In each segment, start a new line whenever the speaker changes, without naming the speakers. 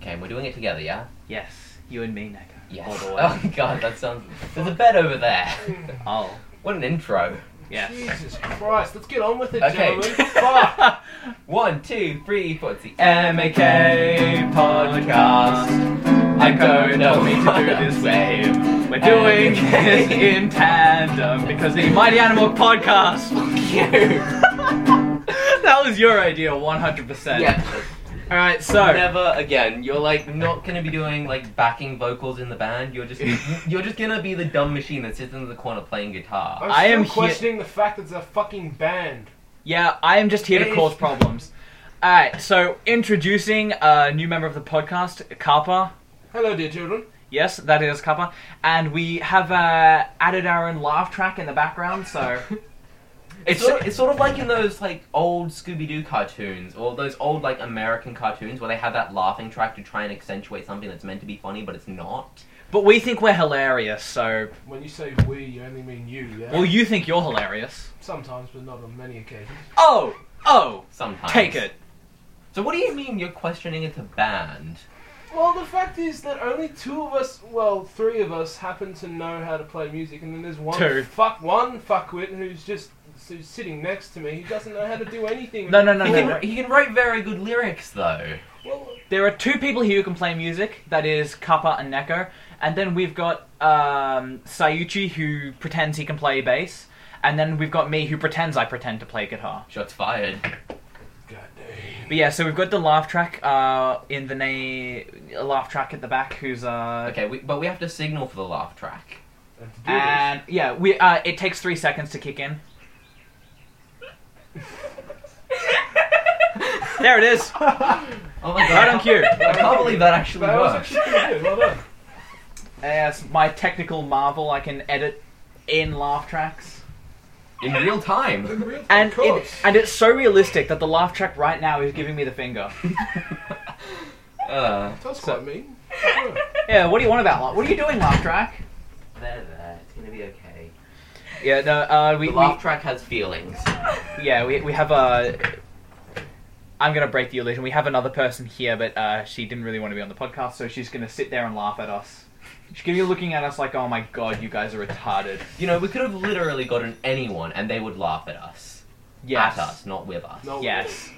game. We're doing it together, yeah?
Yes, you and me, Neko.
Yes.
All the way.
Oh god, that sounds. There's a bed over there.
Oh,
What an intro.
yeah.
Jesus Christ, let's get on with it,
Okay.
gentlemen. Fuck.
One, two, three, four. It's the MAK podcast. I don't know
me
why
to do
I'm
this way. We're
Okay.
doing this in tandem because the Mighty Animal Podcast. that was your idea, 100%.
yeah. Oh.
Alright, so.
Never again. You're like not gonna be doing like backing vocals in the band. You're just you're just gonna be the dumb machine that sits in the corner playing guitar.
I'm
I
still
am here-
questioning the fact that it's a fucking band.
Yeah, I am just here to
It
cause
is-
problems. Alright, so introducing a new member of the podcast, Kappa.
Hello, dear children.
Yes, that is Kappa. And we have uh, added our own laugh track in the background, so.
It's sort, of, it's sort of like in those like old Scooby Doo cartoons or those old like American cartoons where they have that laughing track to try and accentuate something that's meant to be funny but it's not.
But we think we're hilarious, so.
When you say we, you only mean you, yeah?
Well, you think you're hilarious.
Sometimes, but not on many occasions.
Oh! Oh!
Sometimes.
Take it!
So what do you mean you're questioning it's a band?
Well, the fact is that only two of us, well, three of us, happen to know how to play music, and then there's one
Two.
fuck one fuckwit who's just who's sitting next to me who doesn't know how to do anything.
No, no, no,
He
no,
can,
no.
he can write very good lyrics though.
Well,
There are two people here who can play music. That is Kappa and Neko, and then we've got um, Sayuchi who pretends he can play bass, and then we've got me who pretends I pretend to play guitar.
Shots fired.
goddamn.
But yeah, so we've got the laugh track uh, in the na- laugh track at the back. Who's uh,
Okay, we, but we have to signal for the laugh track.
And to do
and yeah, we uh, it takes three seconds to kick in. there it is,
Oh my god.
right on cue.
I can't believe that actually
this, that was
worked.
actually pretty good. Well done.
Yes, my technical marvel. I can edit in laugh tracks.
In real time.
And
of
it,
course.
and it's so realistic that the laugh track right now is giving me the finger.
uh,
That's
so-
quite mean. Yeah.
Yeah, what do you want about laugh? What are you doing, laugh track?
there, there. It's gonna be okay.
Yeah, no, uh, we,
The laugh track has feelings.
we yeah we we have Uh, I'm gonna break the illusion. We have another person here, but uh, she didn't really want to be on the podcast, so she's gonna sit there and laugh at us. She's gonna be looking at us like, "Oh my god, you guys are retarded."
You know, we could have literally gotten anyone and they would laugh at us.
Yes.
At us, not with us.
No,
Yes.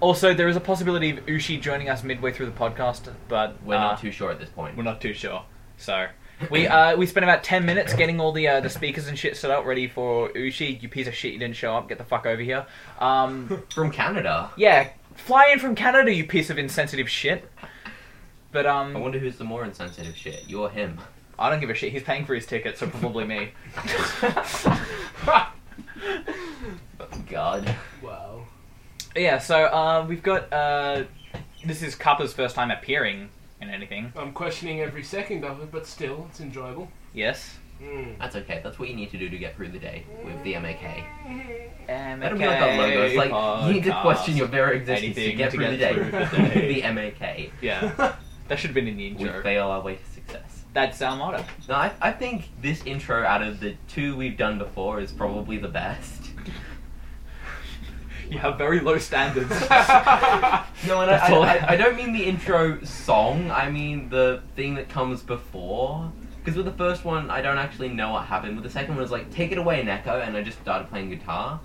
Also, there is a possibility of Ushi joining us midway through the podcast, but
We're
uh,
not too sure at this point.
We're not too sure. So we uh, we spent about ten minutes getting all the uh, the speakers and shit set up, ready for Ushi. You piece of shit, you didn't show up. Get the fuck over here. Um,
From Canada.
yeah, fly in from Canada, you piece of insensitive shit. But
I
um,
wonder who's the more insensitive shit, you or him.
I don't give a shit. He's paying for his ticket, so probably me.
God.
Wow.
Yeah. So uh, we've got uh, this is Kappa's first time appearing in anything.
I'm questioning every second of it, but still, it's enjoyable.
Yes.
Mm.
That's okay. That's what you need to do to get through the day with the MAK.
MK
That'll be like our logo. It's like you need to
podcast.
question your very existence to
Anything
get
to
through
get
the day.
through
the day.
the MAK.
Yeah, that should have been in the
We
intro.
fail our way to success.
That's our motto.
No, I, I think this intro out of the two we've done before is probably the best.
You have very low standards.
No, and
That's
I,
all.
I, I, I don't mean the intro song. I mean the thing that comes before. Because with the first one, I don't actually know what happened. With the second one, it was like, take it away, Neko, and I just started playing guitar.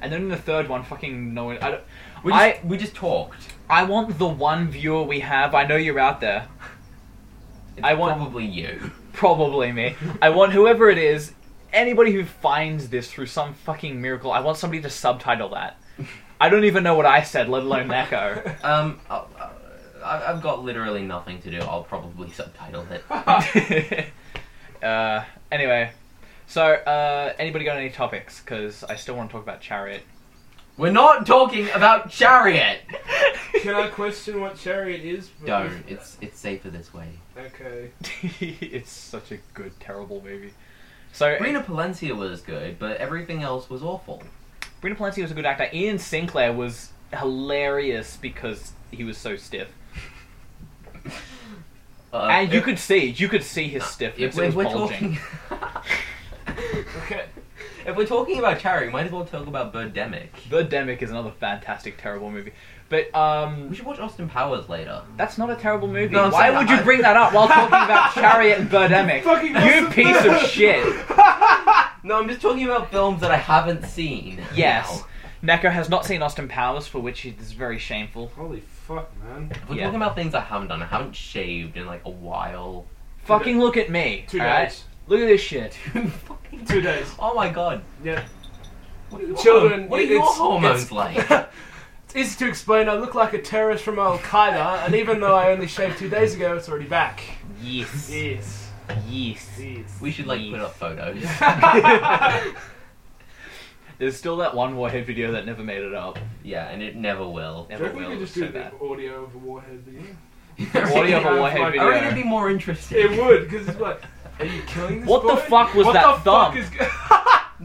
and then in the third one, fucking no one. I, don't-
We just,
I,
we just talked.
I want the one viewer we have. I know you're out there.
It's
I want-
probably you.
Probably me. I want whoever it is, anybody who finds this through some fucking miracle, I want somebody to subtitle that. I don't even know what I said, let alone Neko.
Um, I, I, I've got literally nothing to do. I'll probably subtitle it.
uh, anyway, so uh, anybody got any topics? Because I still want to talk about Chariot.
We're not talking about Chariot.
Can I question what chariot is?
Don't. It's it's safer this way.
Okay.
it's such a good, terrible movie. So
Rena Palencia was good, but everything else was awful.
Brina Polanski was a good actor. Ian Sinclair was hilarious because he was so stiff,
Uh,
and you
it-
could see you could see his
uh, If
stiffness. It,
we're,
was
we're
bulging.
talking.
Okay.
if If we're talking about charity, we might as well talk about Birdemic.
Birdemic is another fantastic, terrible movie. But
We
um,
should watch Austin Powers later.
that's not a terrible movie.
No, I'm
Why
saying
would
I-
you bring that up while talking about Chariot and Birdemic?
Fucking
you
awesome.
piece of shit.
No, I'm just talking about films that I haven't seen.
Yes.
Now.
Neko has not seen Austin Powers, for which it is very shameful.
Holy fuck, man.
If we're
Yeah.
talking about things I haven't done, I haven't shaved in like a while.
Fucking look at me.
Two
alright?
days.
Look at this shit.
Fucking-
Two days.
Oh my god.
Yeah.
What are your-
Children,
What are
it-
your
it's-
hormones
it's-
like?
It's easy to explain. I look like a terrorist from Al Qaeda, and even though I only shaved two days ago, it's already back.
Yes.
Yes.
Yes.
Yes.
We should like put up photos.
There's still that one Warhead video that never made it up.
yeah, and it never will.
Never
we
will.
could just
so
do
bad.
the audio of a warhead video.
Audio of
I
a Warhead
Yeah.
reckon
video.
it'd be more interesting.
It would, because it's like, are you killing this
What the
boy?
fuck was
what
that
the
thumb?
Fuck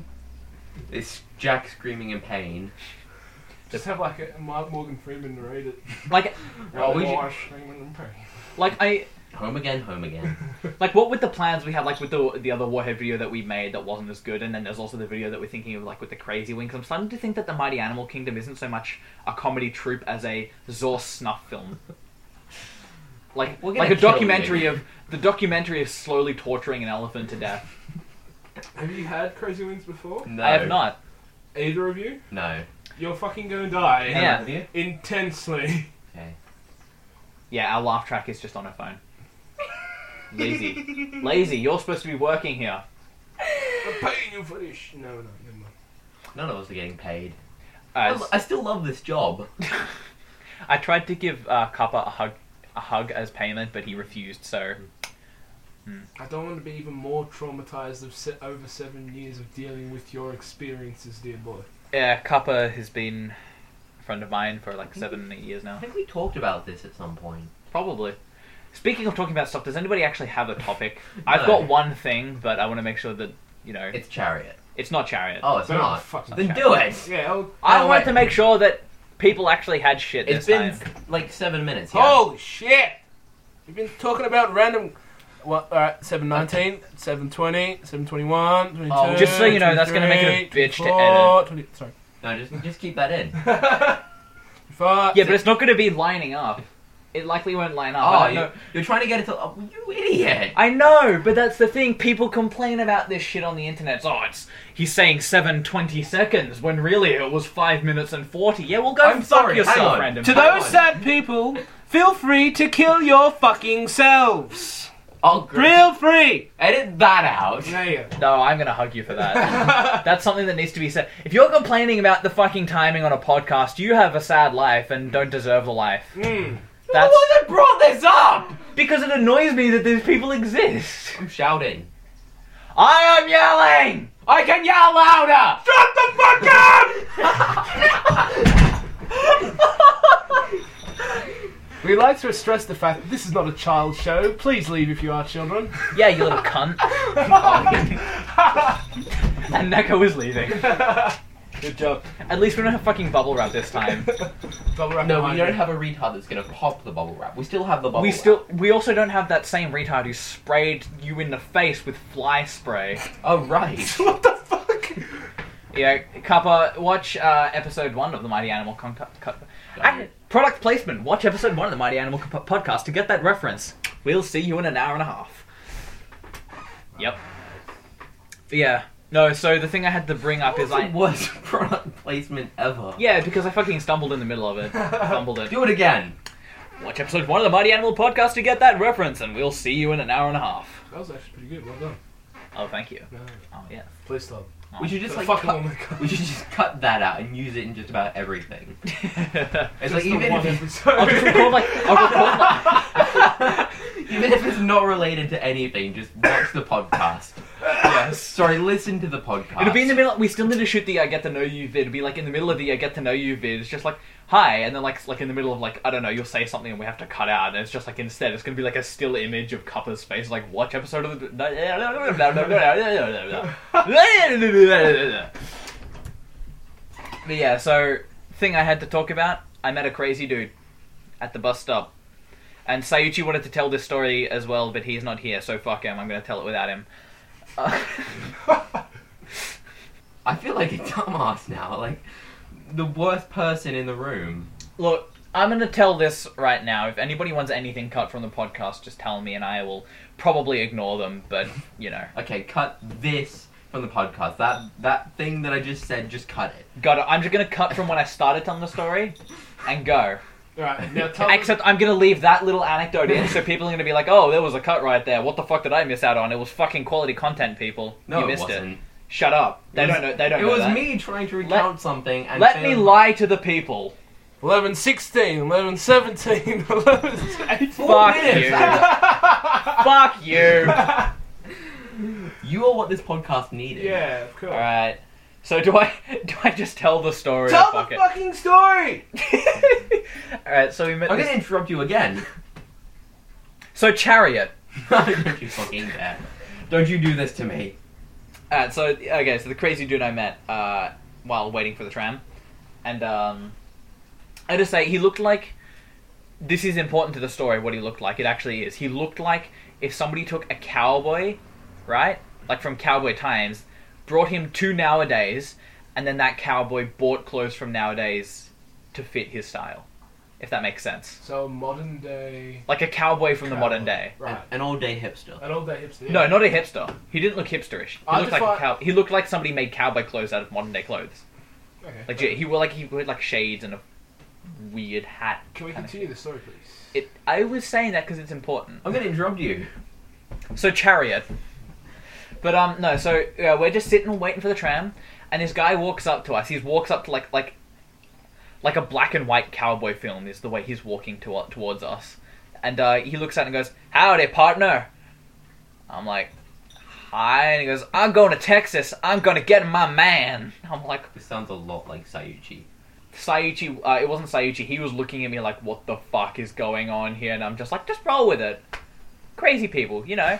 is...
It's Jack screaming in pain.
just have like a Mark Morgan Freeman read it.
Like,
Oh, we should-
Wash Freeman and pray.
like I,
Home again, home again.
like what with the plans we had, like with the the other Warhead video that we made that wasn't as good, and then there's also the video that we're thinking of, like with the Crazy Wings. I'm starting to think that the Mighty Animal Kingdom isn't so much a comedy troupe as a Zor snuff film. Like,
We're gonna
like a
kill
documentary
you.
of the documentary of slowly torturing an elephant to death.
Have you had Crazy Wings before?
No.
I have not.
Either of you?
No.
You're fucking gonna die.
Yeah.
Have you?
Intensely.
Okay.
Yeah, our laugh track is just on her phone. Lazy, lazy. You're supposed to be working here.
I'm paying you for this. No, no, never mind.
None of us are getting paid. I,
Uh,
lo- I still love this job.
I tried to give uh, Kappa a hug, a hug as payment, but he refused. So
I don't want to be even more traumatized of se- over seven years of dealing with your experiences, dear boy.
yeah, Kappa has been a friend of mine for like seven, eight years
I
now,
think we talked about this at some point.
probably. Speaking of talking about stuff, does anybody actually have a topic?
No.
I've got one thing, but I want to make sure that you know
It's Chariot.
it's not chariot.
Oh, it's
Don't
not.
fucking
Then
Okay.
do it.
Yeah. I'll-
I
no,
wanted
wait.
to make sure that people actually had shit
It's
this
been
time.
like seven minutes. Yeah.
Holy shit! You've been talking about random. Well, alright, 719, 720, 721, 22.
Oh, just so
you know, that's gonna make it a
23,
bitch to
24, 20, sorry.
No, just just keep that in.
Fuck.
Yeah, but it's not going to be lining up. It likely won't line up. I
Oh,
don't know.
you, you're trying to get it to. Oh, you idiot!
I know, but that's the thing. People complain about this shit on the internet. It's, Oh, it's he's saying seven twenty seconds when really it was five minutes and forty. Yeah, well, go
I'm
fuck
sorry, hang
yourself,
on.
random.
To
To
those
those sad people, feel free to kill your fucking selves.
Oh, great.
Feel free!
Edit that out.
There you go.
No, I'm gonna hug you for that. that's something that needs to be said. If you're complaining about the fucking timing on a podcast, you have a sad life and don't deserve the life.
Mm.
That's...
That's
that brought this up.
because it annoys me that these people exist.
I'm shouting.
I am yelling.
I can yell louder.
Shut the fuck up! We like to stress the fact that this is not a child show. Please leave if you are children.
Yeah, you little cunt. and Neko is leaving.
Good job.
At least we don't have fucking bubble wrap this time.
Double wrap
No, we
behind
don't
you.
have a retard that's gonna pop the bubble wrap. We still have the bubble.
we
wrap.
still, we also don't have that same retard who sprayed you in the face with fly spray.
Oh right.
What the fuck?
Yeah, Kappa, watch uh, episode one of the Mighty Animal Con- Co- Co- Ac- Product placement. Watch episode one of the Mighty Animal Co- podcast to get that reference. We'll see you in an hour and a half. Yep. But yeah. No. So the thing I had to bring up
It's
is
the
I.
worst product placement ever.
Yeah, because I fucking stumbled in the middle of it. Fumbled it.
Do it again.
Watch episode one of the Mighty Animal podcast to get that reference, and we'll see you in an hour and a half.
That was actually pretty good. Well done.
Oh, thank you.
No,
Oh, yeah.
please stop.
We should just like
fucking
cut,
oh my god.
we should just cut that out and use it in just about everything. It's like
Just the
even
one
if,
episode.
I'll Oh, just record like I'll record like
even if it's not related to anything, just watch the podcast.
yes.
Sorry, listen to the podcast.
It'll be in the middle. We still need to shoot the I get to know you vid. It'll be like in the middle of the I get to know you vid. It's just like hi, and then like like in the middle of like I don't know. You'll say something and we have to cut out. And it's just like instead, it's gonna be like a still image of Cuppa's face. Like watch episode of the. but yeah, so thing I had to talk about. I met a crazy dude at the bus stop. And Sayuchi wanted to tell this story as well, but he's not here, so fuck him. I'm going to tell it without him. Uh,
I feel like a dumbass now, like the worst person in the room.
Look, I'm going to tell this right now. If anybody wants anything cut from the podcast, just tell me, and I will probably ignore them. But you know,
Okay, cut this from the podcast. That that thing that I just said, just cut it.
got it. I'm just going to cut from when I started telling the story and go.
Alright, now tell me.
Except I'm going to leave that little anecdote in, so people are going to be like, "Oh, there was a cut right there. What the fuck did I miss out on? It was fucking quality content, people.
No,
you
it
missed
wasn't.
it. Shut up. They
It was-
don't know. They don't
It
know
was
that.
me trying to recount something and
Let me
failed.
lie to the people.
11 16, 11 17, 11 18.
Four
Fuck
minutes.
you. Fuck you.
You are what this podcast needed.
yeah, of course.
All right. So do I? Do I just tell the story?
Tell
Fuck
the
it.
fucking story!
All right. So we met.
I'm
this-
gonna interrupt you again.
So chariot.
Don't you fucking dare. Don't you do this to me.
Alright, so okay, so the crazy dude I met uh, while waiting for the tram, and um, I just say he looked like. This is important to the story. What he looked like, it actually is. He looked like if somebody took a cowboy, right, like from Cowboy Times, brought him to nowadays, and then that cowboy bought clothes from nowadays to fit his style, if that makes sense.
So, modern day.
Like a cowboy from the modern day.
Right.
An, an all day hipster.
An old day hipster.
No, not a hipster. He didn't look hipsterish. He
I
looked like a
defi-
cow. He looked like somebody made cowboy clothes out of modern day clothes.
Okay.
Like he wore like he wore like shades and a weird hat.
Can we
kinda-
continue the story, please?
It, I was saying that because it's important.
I'm gonna interrupt you.
So chariot. But um no, so uh, we're just sitting and waiting for the tram, and this guy walks up to us. He walks up to like like like a black and white cowboy film is the way he's walking to, towards us, and uh, he looks at it and goes, "Howdy, partner." I'm like, "Hi," and he goes, "I'm going to Texas. I'm going to get my man." I'm like,
This sounds a lot like Sayuchi.
Sayuchi, uh, it wasn't Sayuchi, he was looking at me like, what the fuck is going on here? And I'm just like, just roll with it. Crazy people, you know?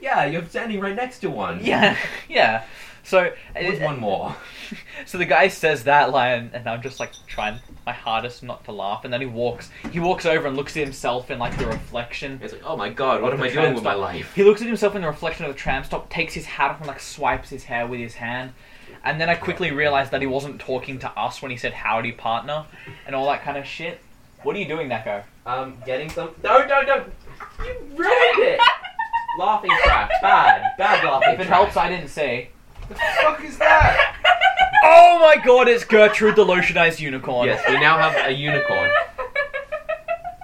Yeah, you're standing right next to one.
Yeah, yeah. So,
What's one more?
so the guy says that line, and I'm just like trying my hardest not to laugh. And then he walks, he walks over and looks at himself in like the reflection.
It's like, oh my god, what
of
am
the
I doing
tram
with my
stop.
life?
He looks at himself in the reflection of the tram stop, takes his hat off, and like swipes his hair with his hand. And then I quickly realized that he wasn't talking to us when he said "howdy, partner" and all that kind of shit. What are you doing, Neko?
Um, getting some. No, no, no! You ruined it! laughing track. Bad. Bad laughing
If it
track.
helps, I didn't see.
The fuck is that?
Oh my god, it's Gertrude the lotionized unicorn.
Yes, we now have a unicorn.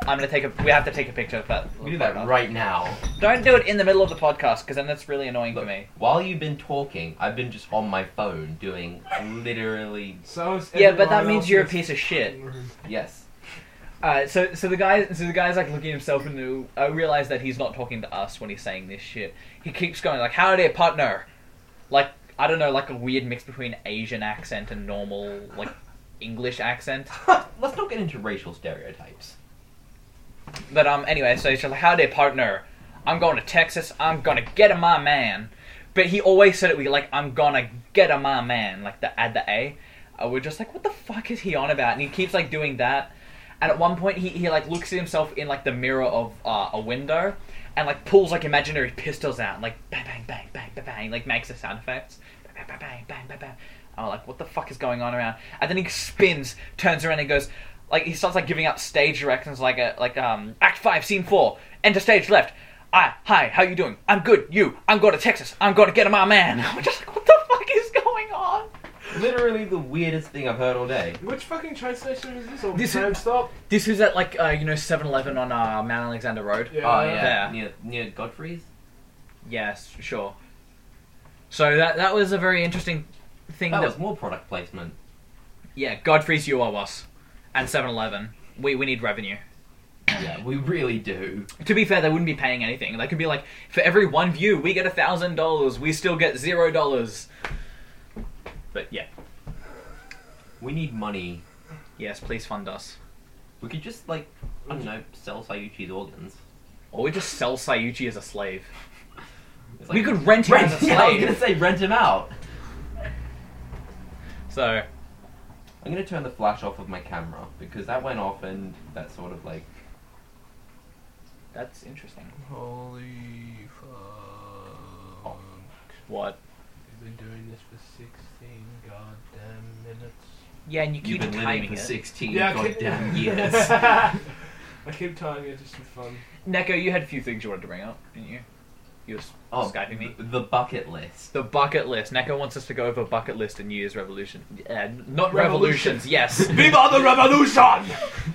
I'm gonna take a. We have to take a picture of that.
We do that right now.
Don't do it in the middle of the podcast, because then that's really annoying for me.
While you've been talking, I've been just on my phone doing literally.
So is
Yeah, but that
everyone
means
else
you're a
in
piece of
this
shit.
room.
Yes.
Alright, so so the guy so the guy's like looking at himself and the- I realize that he's not talking to us when he's saying this shit. He keeps going like, "Howdy, partner," like I don't know, like a weird mix between Asian accent and normal like English accent.
Let's not get into racial stereotypes.
But um, anyway, so he's just like, "Howdy, partner. I'm going to Texas. I'm gonna get a my man." But he always said it with like, "I'm gonna get a my man," like the add the a. Uh, we're just like, "What the fuck is he on about?" And he keeps like doing that. And at one point, he, he like looks at himself in like the mirror of uh, a window, and like pulls like imaginary pistols out, and, like bang bang bang bang bang bang, like makes the sound effects, bang bang bang bang bang bang. I'm like, what the fuck is going on around? And then he spins, turns around, and goes, like he starts like giving out stage directions, like a like um Act Five, Scene Four, enter stage left. I hi, how you doing? I'm good. You? I'm going to Texas. I'm going to get my man. I'm just like, what the fuck is going on?
Literally the weirdest thing I've heard all day.
Which fucking train station is this? Or
This is-
tram stop?
This was at like uh, you know 7-Eleven on uh, Mount Alexander Road.
Yeah.
Oh yeah,
Yeah.
near near Godfrey's.
Yes, sure. So that that was a very interesting thing.
That
That
was more product placement.
yeah, Godfrey's you owe us, and 7-Eleven. We we need revenue.
Yeah, we really do.
To be fair, they wouldn't be paying anything. They could be like, for every one view, we get a thousand dollars. We still get zero dollars. But yeah,
We need money.
yes, please fund us,
We could just like I don't know, sell Sayuchi's organs.
or we just sell Sayuchi as a slave.
It's
We could rent him
rent.
as a
Yeah, I was gonna
slave.
say rent him out.
So
I'm gonna turn the flash off of my camera because that went off and that sort of like
that's interesting.
Oh.
Holy fuck.
What?
I've been doing this for 16 goddamn minutes.
Yeah, and you
You've
keep
been living
timing
for
it.
16
Yeah, I keep-
goddamn years.
I keep timing it just for fun.
Neko, you had a few things you wanted to bring up, didn't you? You were s-
Oh,
Skyping me.
th- The bucket list.
The bucket list. Neko wants us to go over bucket list and New Year's revolution. Uh, not
Revolution.
revolutions, yes.
Viva the revolution!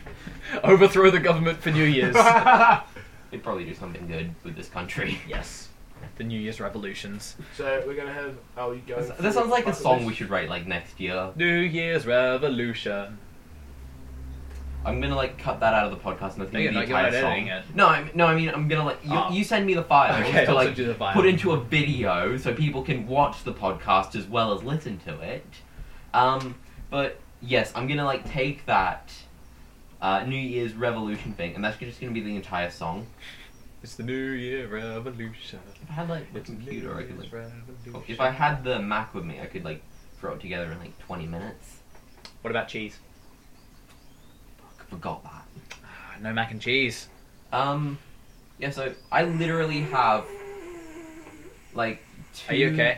Overthrow the government for New Year's.
We'd probably do something good with this country.
yes. The New Year's revolutions.
so we're gonna have. Oh, you go.
That sounds like a song we should write like next year.
New Year's revolution.
I'm gonna like cut that out of the podcast and I think
No, you're
the
not- you're
entire
not editing
song.
it.
No, I'm, no, I mean I'm gonna like you,
Oh.
you send me the files
Okay,
to
I'll
like
send you the file.
put into a video so people can watch the podcast as well as listen to it. Um, but yes, I'm gonna like take that uh, New Year's Revolution thing, and that's just gonna be the entire song.
It's the New Year revolution.
If I had like the
It's the New
computer, I could
Year's
like,
revolution.
if I had the Mac with me, I could like throw it together in like 20 minutes.
What about cheese?
Fuck, forgot that.
Ah, No mac and cheese.
Um, yeah. So I literally have like. Two
Are you okay?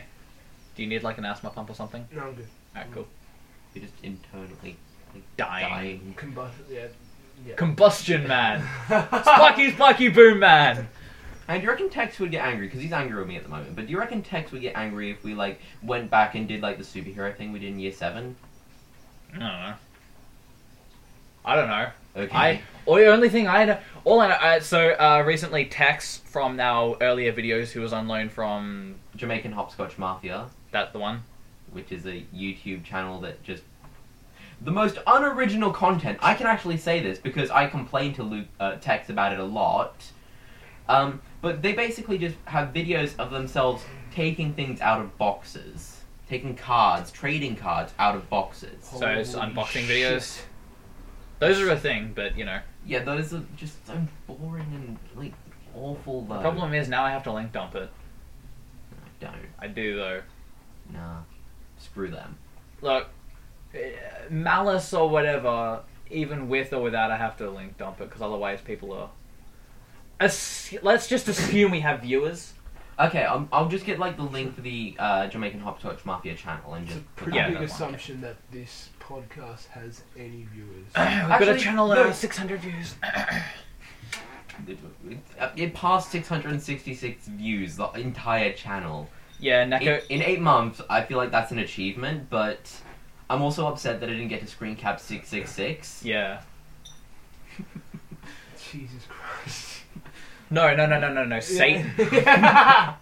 Do you need like an asthma pump or something?
No, I'm good.
Alright, cool.
You're just internally
Dying.
dying.
Combust. Yeah. yeah.
Combustion man. Sparky, Sparky, boom man.
And do you reckon Tex would get angry because he's angry with me at the moment? But do you reckon Tex would get angry if we like went back and did like the superhero thing we did in year seven?
I don't know. I don't know.
Okay.
I or the only thing I know, all I know. Uh, so uh, recently, Tex from our earlier videos, who was on loan from
Jamaican Hopscotch Mafia,
that the one.
which is a YouTube channel that just the most unoriginal content. I can actually say this because I complain to Luke uh, Tex about it a lot. Um, but they basically just have videos of themselves taking things out of boxes, taking cards, trading cards out of boxes.
So it's
Holy
unboxing
shit.
videos. Those are a thing, but you know.
Yeah, those are just so boring and like awful though.
The problem is now I have to link dump it.
don't
I do though.
nah. Screw them.
Look, uh, malice or whatever, even with or without, I have to link dump it because otherwise people are. Ass- let's just assume we have viewers.
Okay, um, I'll just get like the link for the uh, Jamaican Hopscotch Mafia channel and
It's
just
a
put
pretty
that
big
on the
assumption that this podcast has any viewers.
We've got
Actually,
a channel
no.
that has 600 views.
market. It, it, Uh, it passed 666 views the entire channel.
yeah, Neko.
In, in eight months, I feel like that's an achievement, but I'm also upset that I didn't get to screen cap 666.
Yeah.
Jesus Christ.
No, no, no, no, no, no. Satan.
Yeah.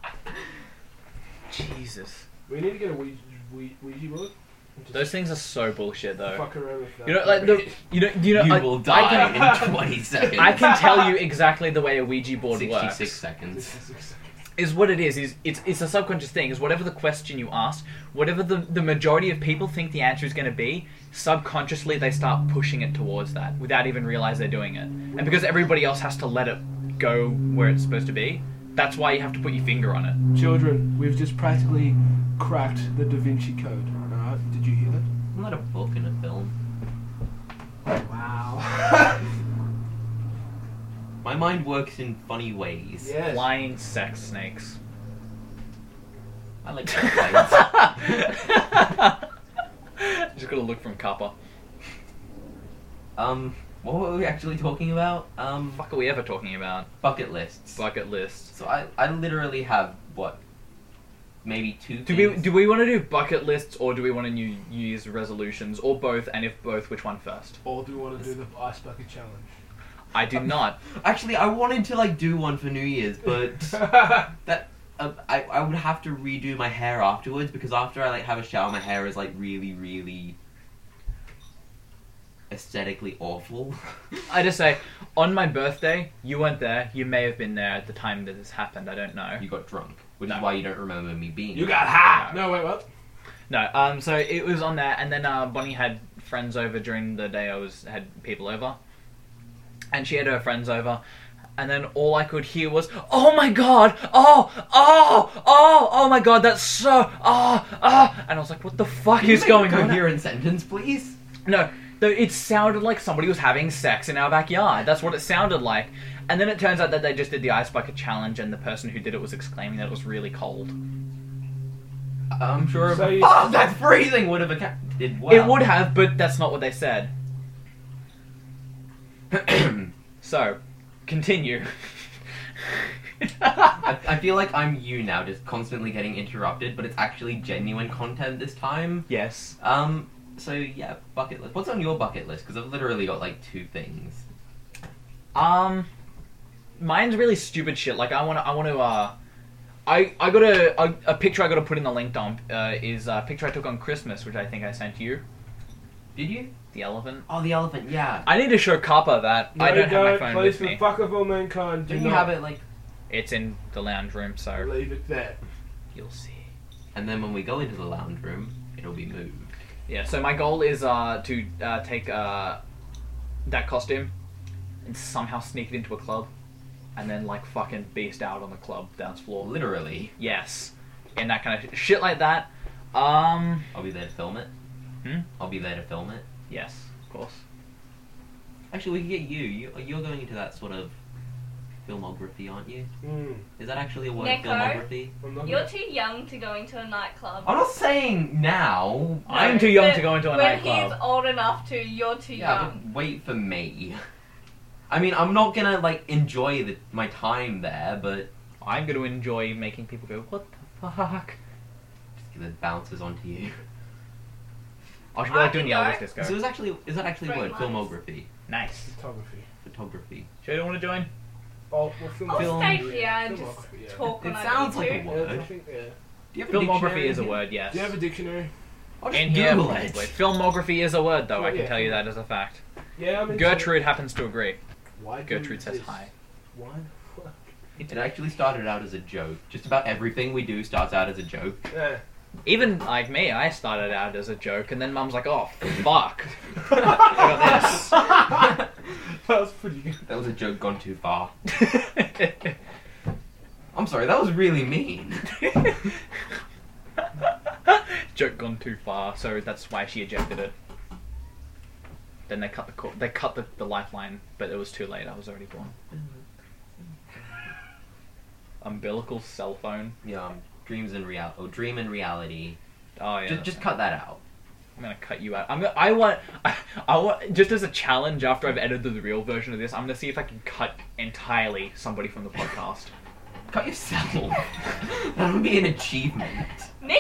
Jesus.
we need to get a Ouija, Ouija, Ouija board. and just
Those things are so bullshit, though.
Fuck around with that.
You know, like the, you know, you know.
you
I,
will
I
die
can,
can-
in 20 seconds.
I can tell you exactly the way a Ouija board
66
works.
seconds.
Is what it is. Is it's it's a subconscious thing. Is whatever the question you ask, whatever the the majority of people think the answer is going to be, subconsciously they start pushing it towards that without even realize they're doing it. And because everybody else has to let it go where it's supposed to be, that's why you have to put your finger on it.
Children, we've just practically cracked the Da Vinci Code. Alright, did you hear that?
Isn't that a book and a film?
Wow.
My mind works in funny ways.
yes.
Flying sex snakes.
I like that
Just gotta look from Kappa.
Um, what were we actually talking about? Um,
Fuck are we ever talking about?
bucket lists.
Bucket list.
So I, I literally have what, maybe two.
Do we
things.
do we want to do bucket lists or do we want to new New Year's resolutions or both? And if both, which one first?
Or do we want to do the ice bucket challenge?
I do not.
Actually, I wanted to like do one for New Year's, but that uh, I I would have to redo my hair afterwards because after I like have a shower, my hair is like really really aesthetically awful.
I just say on my birthday, you weren't there. You may have been there at the time that this happened. I don't know.
you got drunk, which
No.
is why you don't remember me being.
you got high! No, wait, what?
No. Um. So it was on there, and then uh, Bonnie had friends over during the day. I was had people over, and she had her friends over, and then all I could hear was, "Oh my god! Oh! Oh! Oh! Oh my god! That's so! Ah! Ah!" And I was like, "What the fuck
Can you
is
make a
going on?" here?"
coherent sentence, please.
No. Though it sounded like somebody was having sex in our backyard. That's what it sounded like. And then it turns out that they just did the ice bucket challenge, and the person who did it was exclaiming that it was really cold.
I'm sure. if-
So you-
oh, that freezing would have accounted well.
It would have, but that's not what they said. So, continue.
I, I feel like I'm you now, just constantly getting interrupted, but it's actually genuine content this time.
yes.
Um. So yeah, bucket list. What's on your bucket list? Because I've literally got like two things.
Um, mine's really stupid shit. Like I want to, I want to. Uh, I I got a, a a picture I got to put in the link dump. Uh, is a picture I took on Christmas, which I think I sent you.
Did you?
The elephant.
Oh, the elephant. Yeah.
I need to show Kappa that I
No,
don't have my
don't.
phone
Place
with
the
me.
fuck of all mankind. Do
Didn't you
not
have it like?
It's in the lounge room, so
Leave it there.
you'll see.
And then when we go into the lounge room, it'll be moved.
Yeah. So my goal is uh to uh, take uh that costume and somehow sneak it into a club, and then like fucking beast out on the club dance floor.
Literally,
Yes. And that kind of shit like that. Um.
I'll be there to film it.
Hmm?
I'll be there to film it.
Yes, of course.
Actually, we can get you. you you're going into that sort of filmography, aren't you?
Mm,
Is that actually a word?
Neko?
Filmography.
I'm not
You're
gonna-
too young to go into a nightclub.
I'm not saying now.
I'm too young
But
to go into a
when
nightclub.
he's old enough to, you're too
Yeah,
young.
but wait for me. I mean, I'm not gonna like enjoy the, my time there, but
I'm going to enjoy making people go, what the fuck?
just give it bounces onto you.
I should be like doing the
I
Elvis
can
disco.
So it's actually is that actually a word?
Very nice.
Filmography,
Nice.
Photography.
photography.
Sure, you don't want to join?
Oh, well, film.
I'll
Film-
stay here and just
Filmography, yeah.
talk
It
when
sounds
I
like a
need to.
word.
Yeah, I think, yeah.
Do you have a dictionary
Filmography is a
in
word, yes.
Do you have a dictionary?
here? I'll just
In here,
Google
probably.
it.
Filmography is a word, though. I
Oh, Yeah.
can tell you that as a fact.
Yeah, I mean.
Gertrude happens to agree.
Why do
Gertrude
you
says
exist?
hi.
Why? the fuck?
It actually started out as a joke. Just about everything we do starts out as a joke.
Yeah.
Even like me, I started out as a joke, and then Mum's like, "Oh, fuck."
that
That was pretty good.
was a joke gone too far. I'm sorry, that was really mean.
Joke gone too far, so that's why she ejected it. Then they cut the cor- they cut the, the lifeline, but it was too late. I was already born. Umbilical cell phone.
Yeah, um, dreams and real or dream and reality.
Oh yeah.
just just cut that out.
I'm gonna cut you out. I'm gonna, I want I, I want just as a challenge after I've edited the real version of this. I'm gonna see if I can cut entirely somebody from the podcast.
Cut yourself. that would be an achievement.
Me?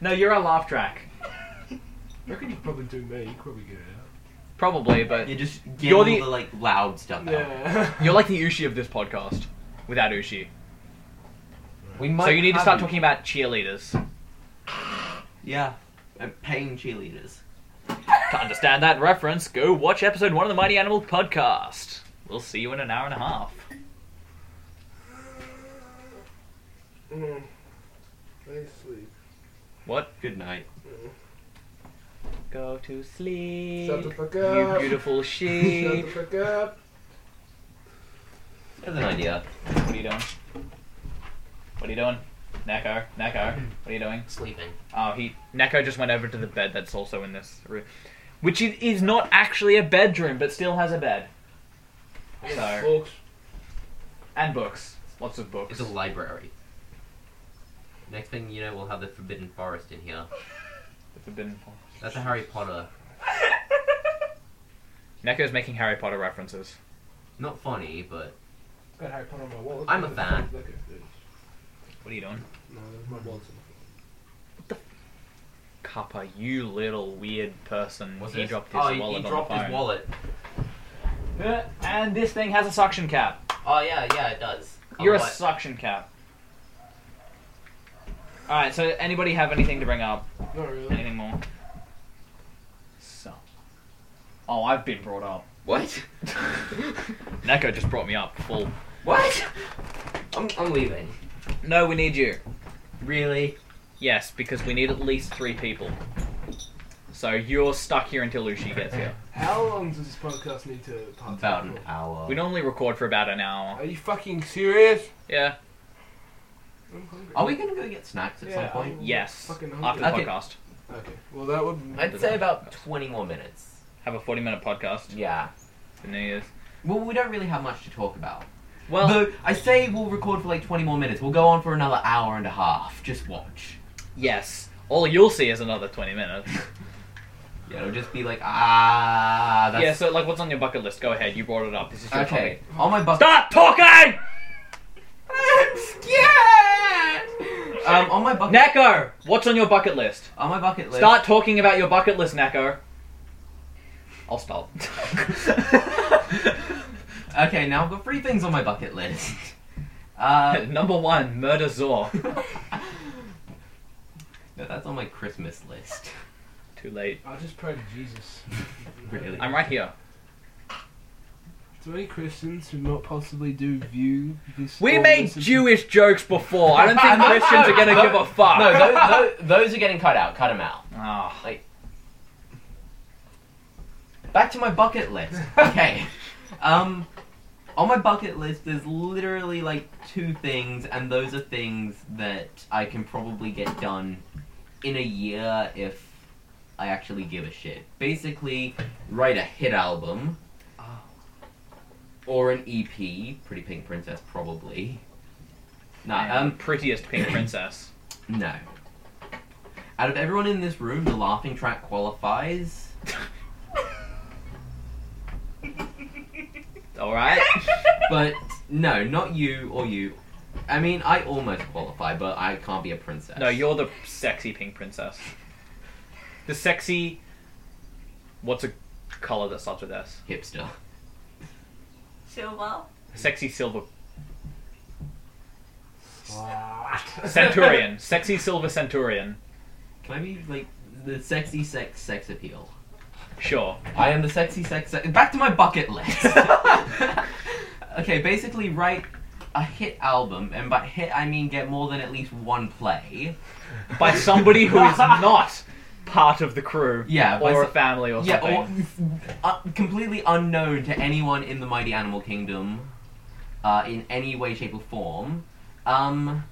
no, you're a laugh track.
I reckon you could probably do me. You could probably get it out.
Probably, but
You just get
You're
all
the-
the... like loud stuff out.
Yeah.
you're like the Ushi of this podcast. Without Ushi.
We might
So you need to
have
start
a-
talking about cheerleaders.
Yeah, uh, paying cheerleaders.
To understand that reference, go watch episode one of the Mighty Animal podcast. We'll see you in an hour and a half.
Mm. Nice sleep.
What?
Good night.
Go to sleep.
Shut the fuck
You
up.
beautiful
Shut
sheep.
the fuck up.
There's an idea.
what are you doing? What are you doing? Neko, Neko, what are you doing?
Sleeping.
Oh, he Neko just went over to the bed that's also in this room, which is, is not actually a bedroom, but still has a bed Sorry.
Folks.
and books, lots of books.
It's a library. Next thing you know, we'll have the Forbidden Forest in here.
The Forbidden Forest.
That's a Harry Potter.
Neko's making Harry Potter references.
Not funny, but
Got Harry Potter on my wallet.
I'm a fan.
Look at this.
What are you doing?
No, my wallet's in
Kappa, you little weird person.
what's
he
this?
dropped his
oh, he-
wallet
he,
on
dropped
the phone.
his wallet.
Uh, And this thing has a suction cap.
Oh yeah, yeah, it does.
You're a
Otherwise-
suction cap. Alright, so anybody have anything to bring up?
the- Not really.
Anything more? So. Oh, I've been brought up.
what?
Neko just brought me up full.
What? I'm, I'm leaving.
No, we need you.
Really?
Yes, because we need at least three people. So you're stuck here until Lucy gets here.
How long does this podcast need to pass?
About an hour.
We normally record for about an hour.
Are you fucking serious?
Yeah.
I'm hungry.
Are we gonna go get snacks at some
Yeah,
point?
Yes.
Fucking hungry.
After the
Okay.
podcast.
Okay. Well, that would.
I'd say about 20 more minutes.
Have a 40 minute podcast.
Yeah.
The New Year's.
Well, we don't really have much to talk about.
Well,
Though I say we'll record for like 20 more minutes. We'll go on for another hour and a half. Just watch.
Yes. All you'll see is another 20 minutes.
Yeah, it'll just be like ah. That's,
yeah, so, like, what's on your bucket list? Go ahead, you brought it up. This is your
okay.
topic.
On my bucket.
Stop talking!
I'm scared. Um, on my bucket.
Neko! What's on your bucket list?
on my bucket list.
Start talking about your bucket list, Neko. I'll stop.
Okay, now I've got three things on my bucket list. Uh,
Number one, murder Zor.
no, that's on my Christmas list.
Too late.
I just pray to Jesus.
Really.
I'm right
Oh,
here.
Do any Christians who not possibly do view this?
We
or
made
listen to-
Jewish jokes before. I don't think
No,
Christians are gonna
no,
give a fuck.
No, those, those, those are getting cut out. Cut them out.
Ah.
Back to my bucket list. Okay. um, on my bucket list, there's literally like two things, and those are things that I can probably get done in a year if I actually give a shit. Basically, write a hit album.
Oh.
Or an EP, Pretty Pink Princess, probably. No,
um,
um,
prettiest pink princess.
no. Out of everyone in this room, the laughing track qualifies.
All right.
But no, not you or you. I mean, I almost qualify, but I can't be a princess.
No, you're the sexy pink princess. The sexy. What's a color that starts with S?
hipster.
Silver.
Sexy silver
Slut.
centurion. sexy silver centurion.
Can I be like the sexy sex sex appeal?
Sure.
I am the sexy sex. sex back to my bucket list. okay, basically write a hit album, and by hit I mean get more than at least one play.
By somebody who is not part of the crew.
Yeah, by
Or a
so-
family or
yeah,
something.
or, uh, completely unknown to anyone in the mighty animal kingdom, uh, in any way, shape, or form. Um,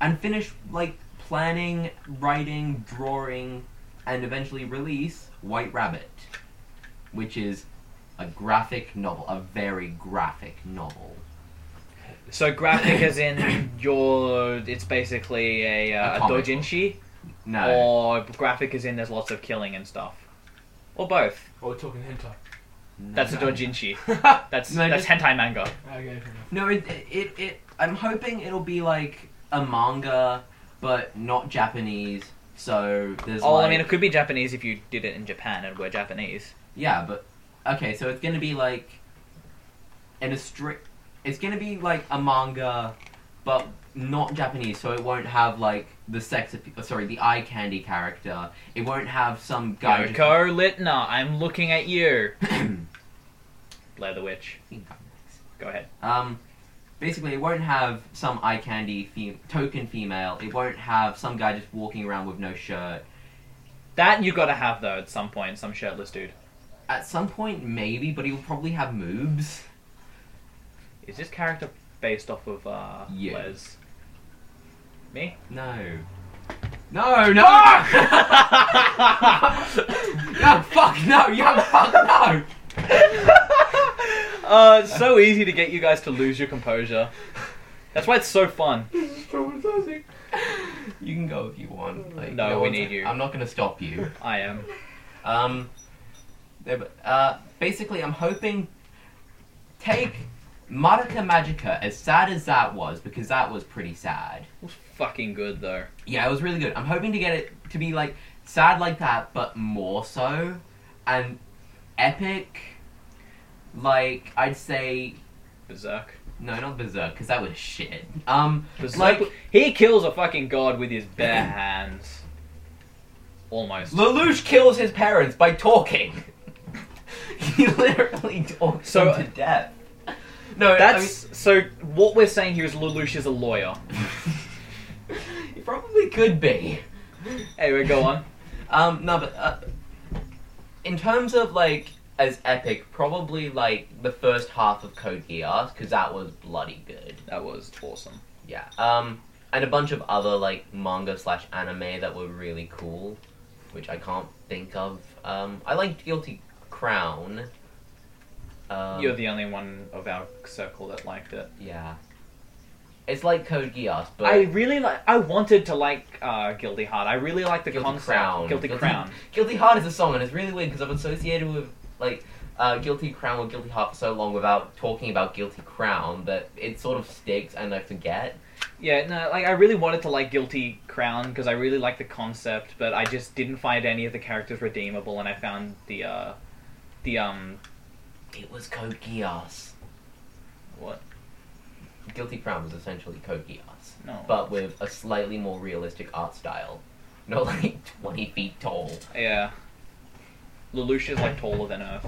and finish like planning, writing, drawing, and eventually release White Rabbit, which is a graphic novel, a very graphic novel.
So graphic as in your it's basically a,
A
uh, a,
comic
doujinshi,
No,
or graphic as in there's lots of killing and stuff, or both.
Oh, we're talking hentai.
no,
That's a
no.
doujinshi.
okay,
That's
No,
that's
just-
hentai manga.
fair enough.
No, it, it, it. I'm hoping it'll be like a manga, but not Japanese. So there's.
Oh,
like,
I mean it could be Japanese if you did it in Japan and were Japanese.
Yeah, but okay, so it's gonna be like an Austra- It's gonna be like a manga, but not Japanese, so it won't have like the sex. appe- uh, sorry, the eye candy character. It won't have some guy. just-
Yoko Litna, I'm looking at you. Blair the Witch. Go ahead.
um, basically, it won't have some eye candy fem- token female. It won't have some guy just walking around with no shirt.
That you gotta have though at some point, some shirtless dude.
At some point, maybe, but he'll probably have moobs.
Is this character based off of uh
Yeah.
Les? Me?
No. No, no! young fuck, no! Young fuck, no!
Uh, it's so easy to get you guys to lose your composure. That's why it's so fun.
This is traumatizing.
You can go if you want. Like,
No, we
one's-
need you.
I'm not going to stop you.
I am.
Um, no, but, uh, basically, I'm hoping take Madoka Magica. As sad as that was, because that was pretty sad.
It was fucking good though.
Yeah, it was really good. I'm hoping to get it to be like sad like that, but more so, and epic. Like I'd say
Berserk.
no, not berserk, because that was shit. Um,
Berserk.
like
he kills a fucking god with his bare hands. Almost.
Lelouch kills his parents by talking. he literally talks
So- uh,
them to death. No,
That's so. What we're saying here is Lelouch is a lawyer.
I mean, he probably could be.
Anyway, go on.
Um, no, but uh, in terms of like as epic, probably like the first half of Code Geass because that was bloody good.
That was awesome.
Yeah. Um, and a bunch of other like manga slash anime that were really cool, which I can't think of. Um, I liked Guilty Crown. Um,
You're the only one of our circle that liked it.
yeah. It's like Code Geass, but
I really like. I wanted to like uh, Guilty Heart. I really like the
Guilty
concept.
Crown.
Guilty,
Guilty-
Crown.
Guilty Heart is a song, and it's really weird because I've associated with like uh, Guilty Crown or Guilty Heart for so long without talking about Guilty Crown that it sort of sticks and I forget.
Yeah, no, like I really wanted to like Guilty Crown because I really like the concept, but I just didn't find any of the characters redeemable, and I found the uh, the um,
It was Code Geass.
what?
Guilty Crown was essentially Code Geass,
No.
but with a slightly more realistic art style. Not like 20 feet tall.
Yeah. Lelouch is like taller than Earth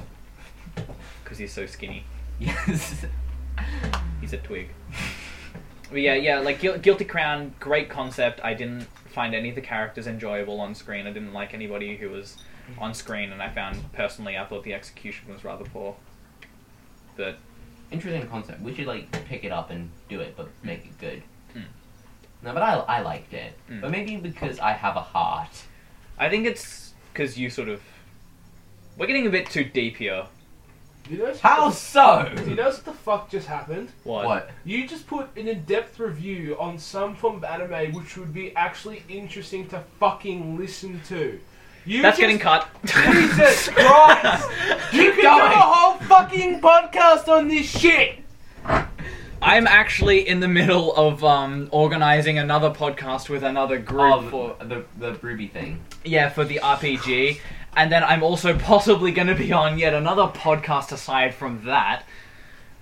because he's so skinny.
Yes.
He's a twig. But yeah, yeah, like Guil- Guilty Crown, great concept. I didn't find any of the characters enjoyable on screen. I didn't like anybody who was on screen, and I found personally, I thought the execution was rather poor. But
Interesting concept. We should like pick it up and do it, but make it good.
Hmm.
No, but I, I liked it.
Hmm.
But maybe because I have a heart.
I think it's because you sort of. We're getting a bit too deep here.
Do you notice
How so?
Do you notice what the fuck just happened?
What?
What?
You just put an in-depth review on some form of anime which would be actually interesting to fucking listen to. You
That's
just-
getting cut.
Jesus Christ! You
Keep
could do a
going.
whole fucking podcast on this shit.
I'm actually in the middle of um, organizing another podcast with another group
Oh,
for
the the Ruby thing.
Yeah, for the RPG. And then I'm also possibly going to be on yet another podcast aside from that,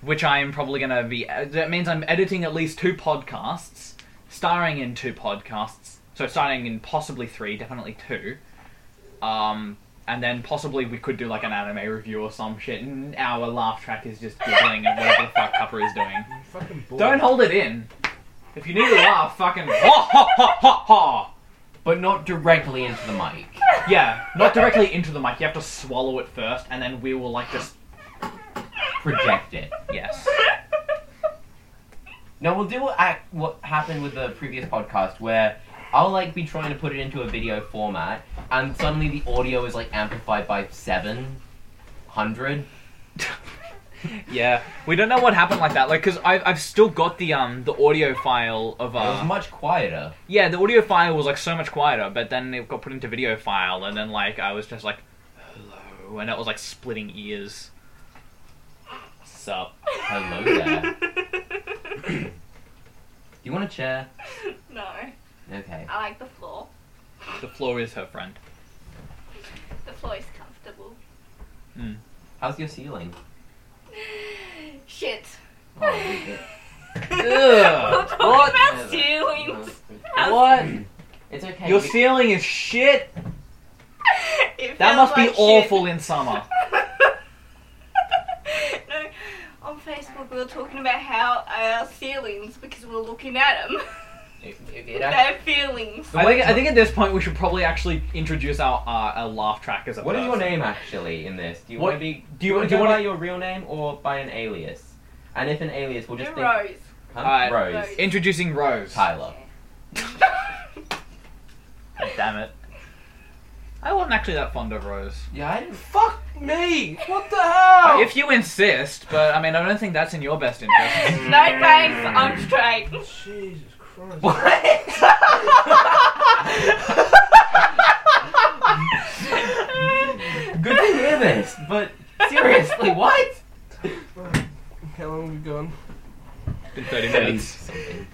which I am probably going to be. uh, That means I'm editing at least two podcasts, starring in two podcasts. So starting in possibly three, definitely two. Um, and then possibly we could do like an anime review or some shit. And our laugh track is just giggling and whatever the fuck Cupper is doing.
Fucking bored.
Don't hold it in. If you need to laugh, fucking ha ha ha ha ha.
But not directly into the mic.
Yeah, not directly into the mic. You have to swallow it first, and then we will like just
Project it.
yes.
Now we'll do what, act, what happened with the previous podcast where I'll like be trying to put it into a video format and suddenly the audio is like amplified by seven hundred.
Yeah, we don't know what happened like that. Like, cause I've I've still got the um the audio file of
It was
uh
much quieter.
yeah the audio file was like so much quieter, but then it got put into video file, and then like I was just like hello, and it was like splitting ears. Sup?
Hello there. Do you want a chair?
no,
Okay.
I like the floor.
The floor is her friend.
The floor is comfortable.
How's your ceiling?
Shit.
Oh, is it-
We'll talk
What?
about ceilings.
What?
It's okay.
Your
we-
ceiling is shit.
It
That
feels
must be
like shit.
awful in summer.
no, on Facebook we were talking about how our ceilings, because we were looking at them,
it- it- it act-
their feelings.
I think, I think at this point we should probably actually introduce our uh, our laugh track as a.
what is your
person.
name actually in this? Do you
What-
want to be?
do you-
wanna
do you
go
wanna-
by your real name or by an alias? And if an alias, we'll just
You're
think
Rose.
Huh?
Alright.
Rose.
Rose.
Introducing Rose.
Tyler.
God damn it. I wasn't actually that fond of Rose.
Yeah, I didn't.
Fuck me! What the hell?
If you insist, but I mean, I don't think that's in your best interest.
no thanks, I'm straight.
Jesus Christ.
Good to hear this, but seriously, what?
How long have we gone?
It's been 30
Thirty
minutes.
something.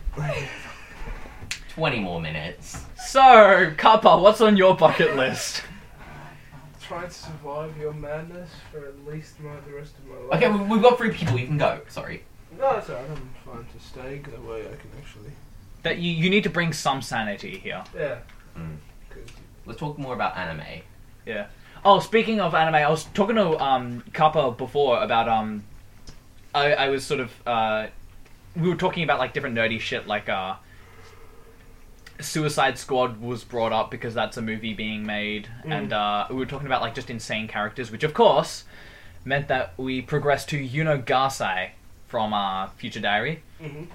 Twenty more minutes.
So, Kappa, what's on your bucket list?
Trying to survive your madness for at least my, the rest of my life.
Okay, we- we've got three people. You can go. Sorry.
No, it's alright. I'm fine to stay. 'cause That way I can actually.
That you, you need to bring some sanity here.
Yeah.
Mm.
'Cause
Let's talk more about anime.
Oh, speaking of anime, I was talking to um Kappa before about um, I I was sort of uh, we were talking about like different nerdy shit like uh. Suicide Squad was brought up because that's a movie being made,
Mm.
and uh, we were talking about like just insane characters, which of course meant that we progressed to Yuno Gasai from uh, Future Diary.
you- Mhm.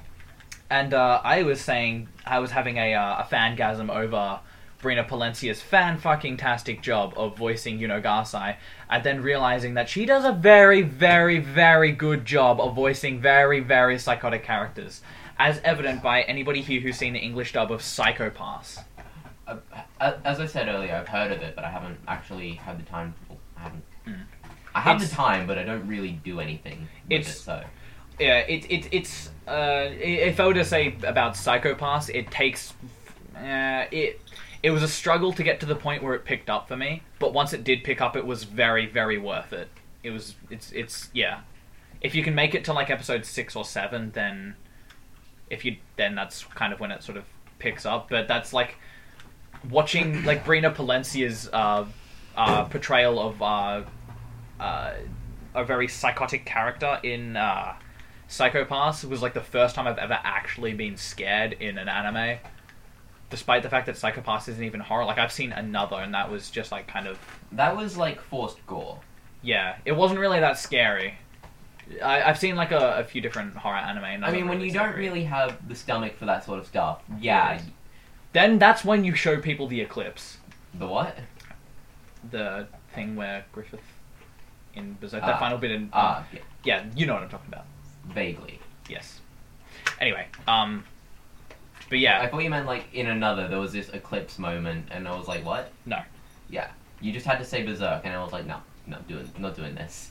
And uh, I was saying I was having a uh, a fangasm over Brina Palencia's fan fucking tastic job of voicing Yuno Gasai, and then realizing that she does a very, very, very good job of voicing very, very psychotic characters. as evident by anybody here who's seen the English dub of Psycho Pass.
Uh, as I said earlier, I've heard of it, but I haven't actually had the time. I haven't.
Mm.
I have the
It's-
time, but I don't really do anything with
It's-
it. So
Yeah, it, it it's uh, i- if I were to say about Psycho Pass, it takes uh, it. It was a struggle to get to the point where it picked up for me, but once it did pick up, it was very very worth it. It was it's it's yeah. If you can make it to like episode six or seven, then if you then that's kind of when it sort of picks up. But that's like watching like Brina Palencia's uh, uh, portrayal of uh, uh, a very psychotic character in. Uh, Psychopaths was like the first time I've ever actually been scared in an anime. Despite the fact that Psychopaths isn't even horror, like I've seen another, and that was just like kind of
that was like forced gore.
yeah, it wasn't really that scary. I, I've seen like a, a few different horror anime. And
I mean, when you don't really have the stomach for that sort of stuff, yeah.
Yes. then that's when you show people the eclipse,
The what?
the thing where Griffith in Berserk,
Ah.
that final bit in
Ah, yeah,
yeah, you know what I'm talking about.
vaguely.
Yes. Anyway, um, but yeah,
I thought you meant like in another. There was this eclipse moment, and I was like, what?
No.
Yeah, you just had to say berserk, and I was like, no, not doing, not doing this.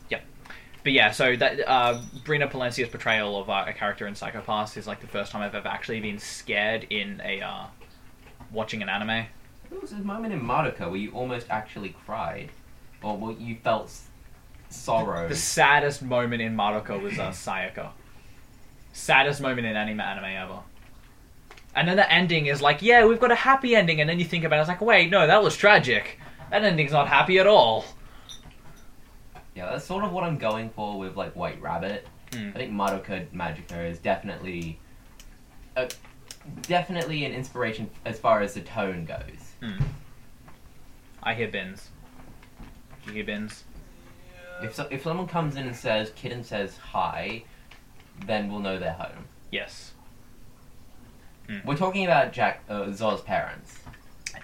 But yeah, so that uh, Brina Palencia's portrayal of uh, a character in Psychopaths is like the first time I've ever actually been scared in a uh, watching an anime.
There was a moment in Madoka where you almost actually cried, or well, you felt s- sorrow.
The saddest moment in Madoka was uh, Sayaka. Saddest moment in anime anime ever. And then the ending is like, yeah, we've got a happy ending, and then you think about it, it's like, wait, no, that was tragic. That ending's not happy at all.
Yeah, that's sort of what I'm going for with like White Rabbit.
Hmm.
I think Madoka Magica is definitely, a, definitely an inspiration as far as the tone goes.
I hear bins. Do you hear bins?
If so, if someone comes in and says Kitten says hi, then we'll know they're home.
Yes.
We're talking about Jack uh, Zor's parents.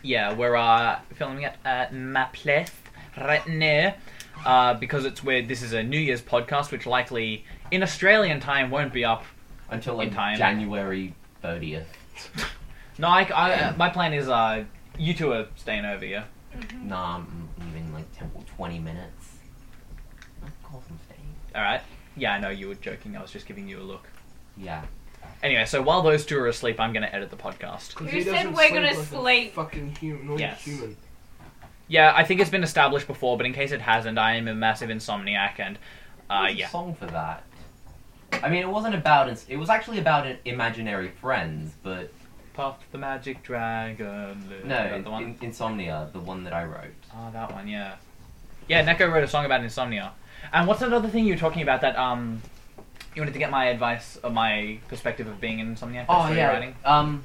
Yeah, we're uh, filming it at my place right now uh, because it's where this is a New Year's podcast, which likely in Australian time won't be up.
until
In
like
time.
January 30th.
No, I, I- uh, my plan is uh, you two are staying over here.
Nah, I'm leaving like 10 or 20 minutes. Of course I'm staying.
All right. Yeah, I know you were joking. I was just giving you a look.
Yeah.
Anyway, so while those two are asleep, I'm going to edit the podcast.
Because
Who
he
said
doesn't
we're gonna
like a
sleep?
Fucking human. Not
Yes.
human.
Yeah, I think it's been established before, but in case it hasn't, I am a massive insomniac, and uh,
There's a
yeah,
song for that. I mean, it wasn't about ins- it was actually about i- imaginary friends, but
Puff the Magic Dragon. Luke.
no,
Is that
in-
the one?
in- Insomnia, the one that I wrote.
Oh, that one, yeah. Yeah, Neko wrote a song about insomnia. And what's that other thing you were talking about that um you wanted to get my advice or my perspective of being an insomniac? That's
Oh
what you're
yeah.
writing?
Um,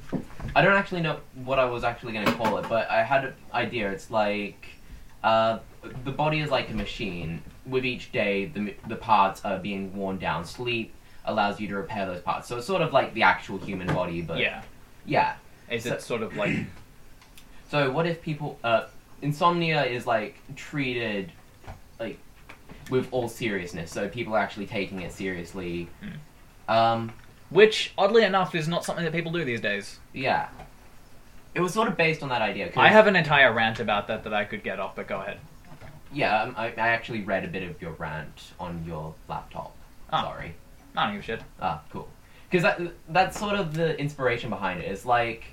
I don't actually know what I was actually going to call it, but I had an idea. It's like, uh, the body is like a machine. With each day, the m- the parts are being worn down. Sleep allows you to repair those parts. So it's sort of like the actual human body, but
Yeah.
yeah.
Is
So-
it sort of like
So what if people uh, insomnia is like treated like with all seriousness? So people are actually taking it seriously.
Hmm.
Um,
which oddly enough is not something that people do these days.
yeah. It was sort of based on that idea. 'cause-
I have an entire rant about that that I could get off, but go ahead.
Yeah, um, I, I actually read a bit of your rant on your laptop.
Ah.
Sorry.
I don't give a shit.
Ah, cool. Because that, that's sort of the inspiration behind it. It's like,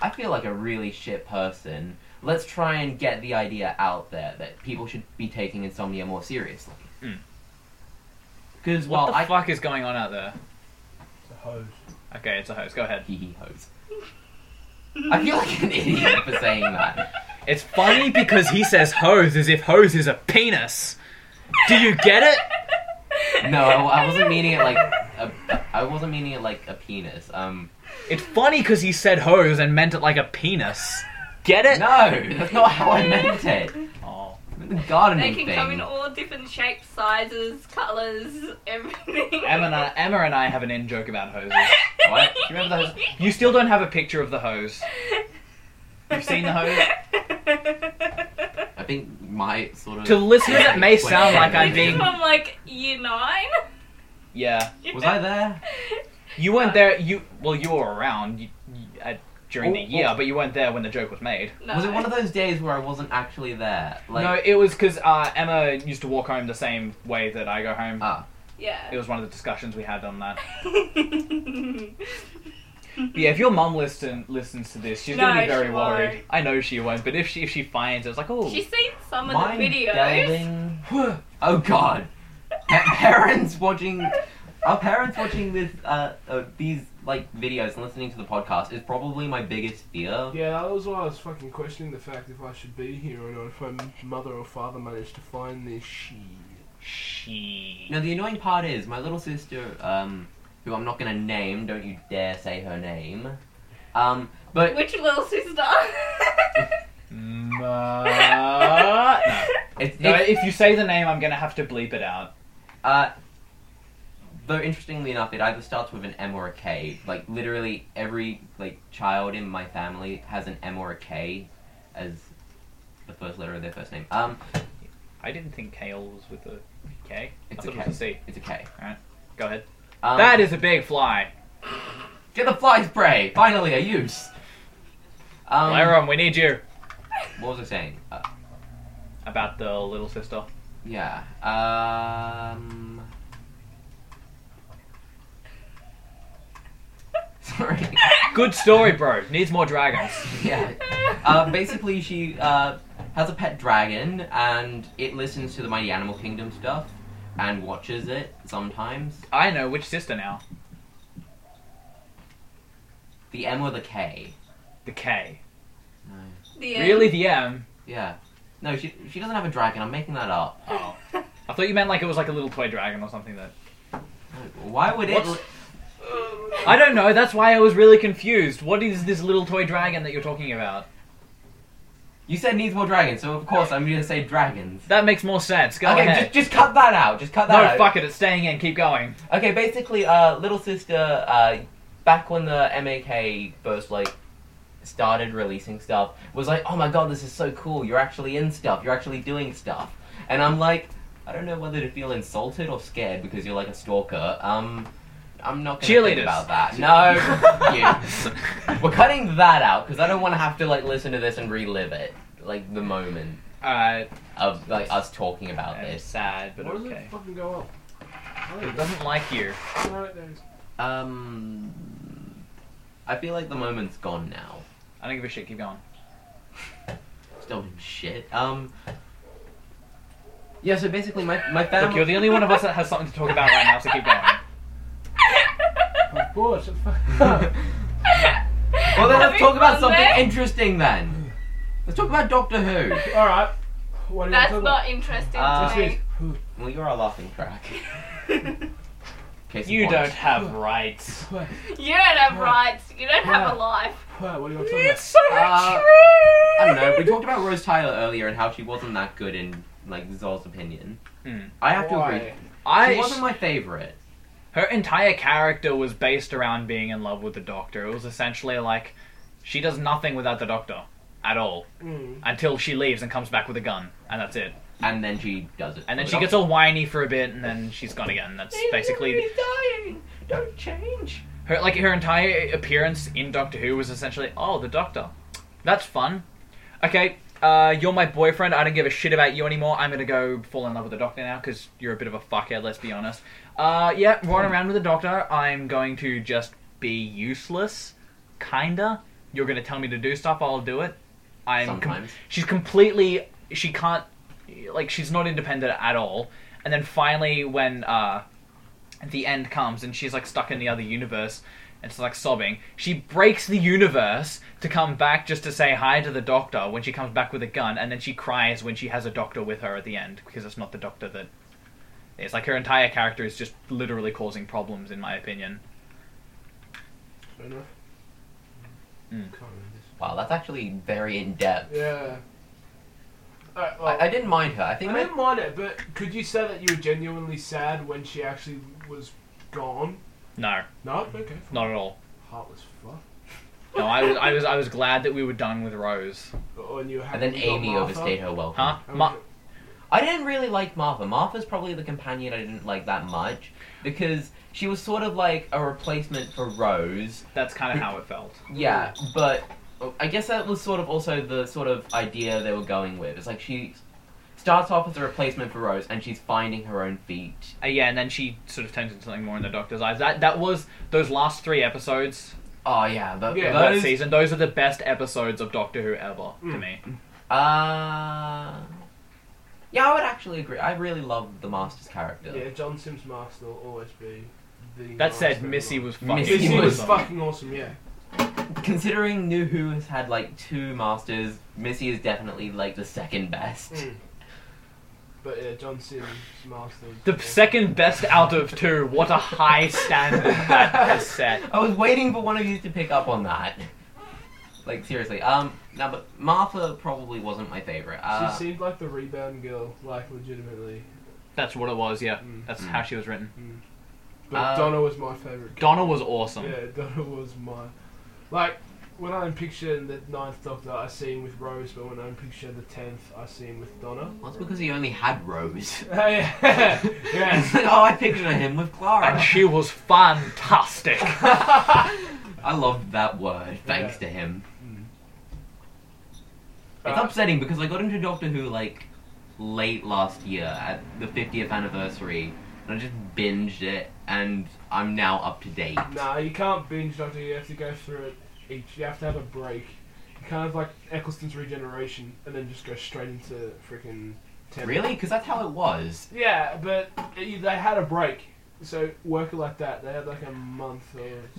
I feel like a really shit person. Let's try and get the idea out there that people should be taking insomnia more seriously.
Mm.
Because,
What
well,
the
I.
fuck is going on out there?
It's a hose.
Okay, it's a host. Go ahead.
Hee hee hoes. I feel like an idiot for saying that.
It's funny because he says hose as if hose is a penis. Do you get it?
No, I, I wasn't meaning it like. A, I wasn't meaning it like a penis. Um.
It's funny because he said hose and meant it like a penis. Get it?
No, that's not how I meant it.
Oh.
The gardening
They can
thing.
come in all different shapes, sizes, colours, everything.
Emma and, I, Emma and I have an in joke about hoses.
What? Do you remember those?
You still don't have a picture of the hose. You've seen the
hose?
I think my sort of.
To the listener, that may sound like I'm being-
From like year nine?
Yeah.
Was I there?
You weren't there. You well, you were around you, you, uh, during the
Oh,
year,
oh.
but you weren't there when the joke was made.
No.
Was it one of those days where I wasn't actually there? Like,
no, it was because uh, Emma used to walk home the same way that I go home.
ah,
it
Yeah.
was one of the discussions we had on that.
no,
But yeah, if your mum listen, listens to this, she's gonna
No,
be very
she won't.
worried. I know she won't, but if she if she finds it, it's like oh,
She's seen some of
mind
the videos.
delving. Oh God, Pa- parents watching. Our parents watching this, uh, uh, these like videos and listening to the podcast is probably my biggest fear.
Yeah, that was why I was fucking questioning the fact if I should be here or not. If my m- mother or father managed to find this shit.
she.
Now the annoying part is my little sister, um, who I'm not gonna name. Don't you dare say her name. Um, but
Which little sister?
Uh,
Ma- no.
it's,
No,
it's-
if you say the name, I'm gonna have to bleep it out.
Uh, though interestingly enough, it either starts with an M or a K. Like literally every like child in my family has an M or a K as the first letter of their first name. Um, I
I didn't think Kale was with a K. I
It's
thought
a
it was a C.
it's a K.
Go ahead.
Um,
that is a big fly.
get the fly spray. Finally, a use. Um,
Lyron, we need you.
what was I saying? Uh,
About the little sister.
yeah. Um. Sorry.
Good story, bro. Needs more dragons.
yeah. Uh, basically, she uh, has a pet dragon, and it listens to the Mighty Animal Kingdom stuff and watches it sometimes.
I know which sister now.
The M or the K?
The K.
No.
The end.
Really, the M.
Yeah. No, she she doesn't have a dragon. I'm making that up.
Oh. I thought you meant like it was like a little toy dragon or something. That
Why would it?
What's-
Oh.
I don't know. That's why I was really confused. What is this little toy dragon that you're talking about?
You said needs more dragons, so of course I'm gonna say dragons.
That makes more sense. Go
okay, just
ahead.
just cut that out. Just cut that
no,
out.
fuck it. It's staying in. Keep going.
Okay, basically, uh, little sister, uh, back when the MAK first like started releasing stuff, was like, "Oh my god, this is so cool! You're actually in stuff. You're actually doing stuff." And I'm like, I don't know whether to feel insulted or scared because you're like a stalker. Um, I'm not gonna think
Cheerleaders.
about that. No, you. we're cutting that out because I don't want to have to like listen to this and relive it, like the moment
Alright.
of like us talking about
It's
this.
sad, but
Why does
okay.
it fucking go up? I
It
don't know.
doesn't like you.
No, it does.
Um, I feel like the moment's gone now.
I don't give a shit. Keep going.
Still doing shit. Um. Yeah, so basically, my my
Look, you're
family.
the only one of us that has something to talk about right now, so keep going.
I'm bored. shut the fuck up.
well, then let's
Having
talk about
fun
something
there?
interesting then. Let's talk about Doctor Who.
All right. What do you
That's
talk
not
Uh,
interesting
about?
to me.
This is-
Well, you're a laughing track. Case in
You
point.
don't have rights.
Wait,
You don't have rights. You don't have a life.
wait, What do you want to talk about?
so
Uh, I don't know. We talked about Rose Tyler earlier and how she wasn't that good in like Zol's opinion.
Hmm.
I have
Why?
to agree. She
I
wasn't my favorite.
her entire character was based around being in love with the Doctor. It was essentially like she does nothing without the Doctor at all
Mm.
until she leaves and comes back with a gun, and that's it.
And then she does it.
And then
for
she
the
gets all whiny for a bit, and then she's gone again. That's basically
He's dying. Don't change.
her. Like her entire appearance in Doctor Who was essentially, oh, the Doctor. That's fun. Okay, uh, you're my boyfriend. I don't give a shit about you anymore. I'm gonna go fall in love with the Doctor now because you're a bit of a fuckhead. Let's be honest. Uh, yeah, running around with the Doctor. I'm going to just be useless, kinda. You're gonna tell me to do stuff. I'll do it. I'm. com-
Sometimes.
she's completely. She can't. Like she's not independent at all. And then finally, when uh, the end comes and she's like stuck in the other universe and she's like sobbing, she breaks the universe to come back just to say hi to the doctor when she comes back with a gun, and then she cries when she has a doctor with her at the end because it's not the doctor that. It's like her entire character is just literally causing problems, in my opinion.
Fair enough.
Hmm.
Mm.
Can't remember this.
Wow, that's actually very in depth.
Yeah. All right, well,
I, I didn't mind her. I think
I
my,
didn't mind it, but could you say that you were genuinely sad when she actually was gone?
No,
No?
Hmm.
Okay. fine.
not at all.
Heartless fuck.
No, I was, I was, I was glad that we were done with Rose.
Or- Or you Oh,
and then Amy overstayed her welcome.
Huh? Ma-
I didn't really like Martha. Martha's probably the companion I didn't like that much because she was sort of like a replacement for Rose.
That's kind of how it felt.
Yeah, but I guess that was sort of also the sort of idea they were going with. It's like she starts off as a replacement for Rose and she's finding her own feet.
Uh, yeah, and then she sort of turns into something more in the Doctor's eyes. That that was those last three episodes
Oh yeah, the,
Yeah,
of that
those.
season. Those are the best episodes of Doctor Who ever to
Mm.
me.
Uh, yeah, I would actually agree. I really love the Master's character.
Yeah, John Sims Master will always be the.
That said,
master
Missy was fucking.
of all.
Missy
Missy
was
was
awesome.
fucking awesome. Yeah.
Considering New Who has had like two Masters, Missy is definitely like the second best.
Mm. But yeah, John Sims Master. was
The
awesome.
second best out of two. What a high standard that has set.
I was waiting for one of you to pick up on that. Like seriously, um, no, but Martha probably wasn't my favorite. Uh,
She seemed like the rebound girl, like legitimately.
That's what it was. Yeah,
Mm.
that's
Mm.
how she was written.
But
Uh,
Donna was my favorite. girl.
Donna was awesome.
Yeah, Donna was my. Like when I'm picturing the ninth Doctor, I see him with Rose, but when I'm picturing the tenth, I see him with Donna.
well, that's because he only had Rose.
Oh, yeah.
It's
yeah.
like, oh, I pictured him with Clara.
And she was fantastic.
I loved that word. Thanks
Yeah.
to him. It's
Uh,
upsetting because I got into Doctor Who like late last year at the 50th anniversary, and I just binged it, and I'm now up to date.
Uh, Nah, you can't binge Doctor. Who, You have to go through it each. You have to have a break. You kind of like Eccleston's regeneration, and then just go straight into freaking. Tenth.
Really? Because that's how it was.
Yeah, but they they had a break, so work it like that. They had like a month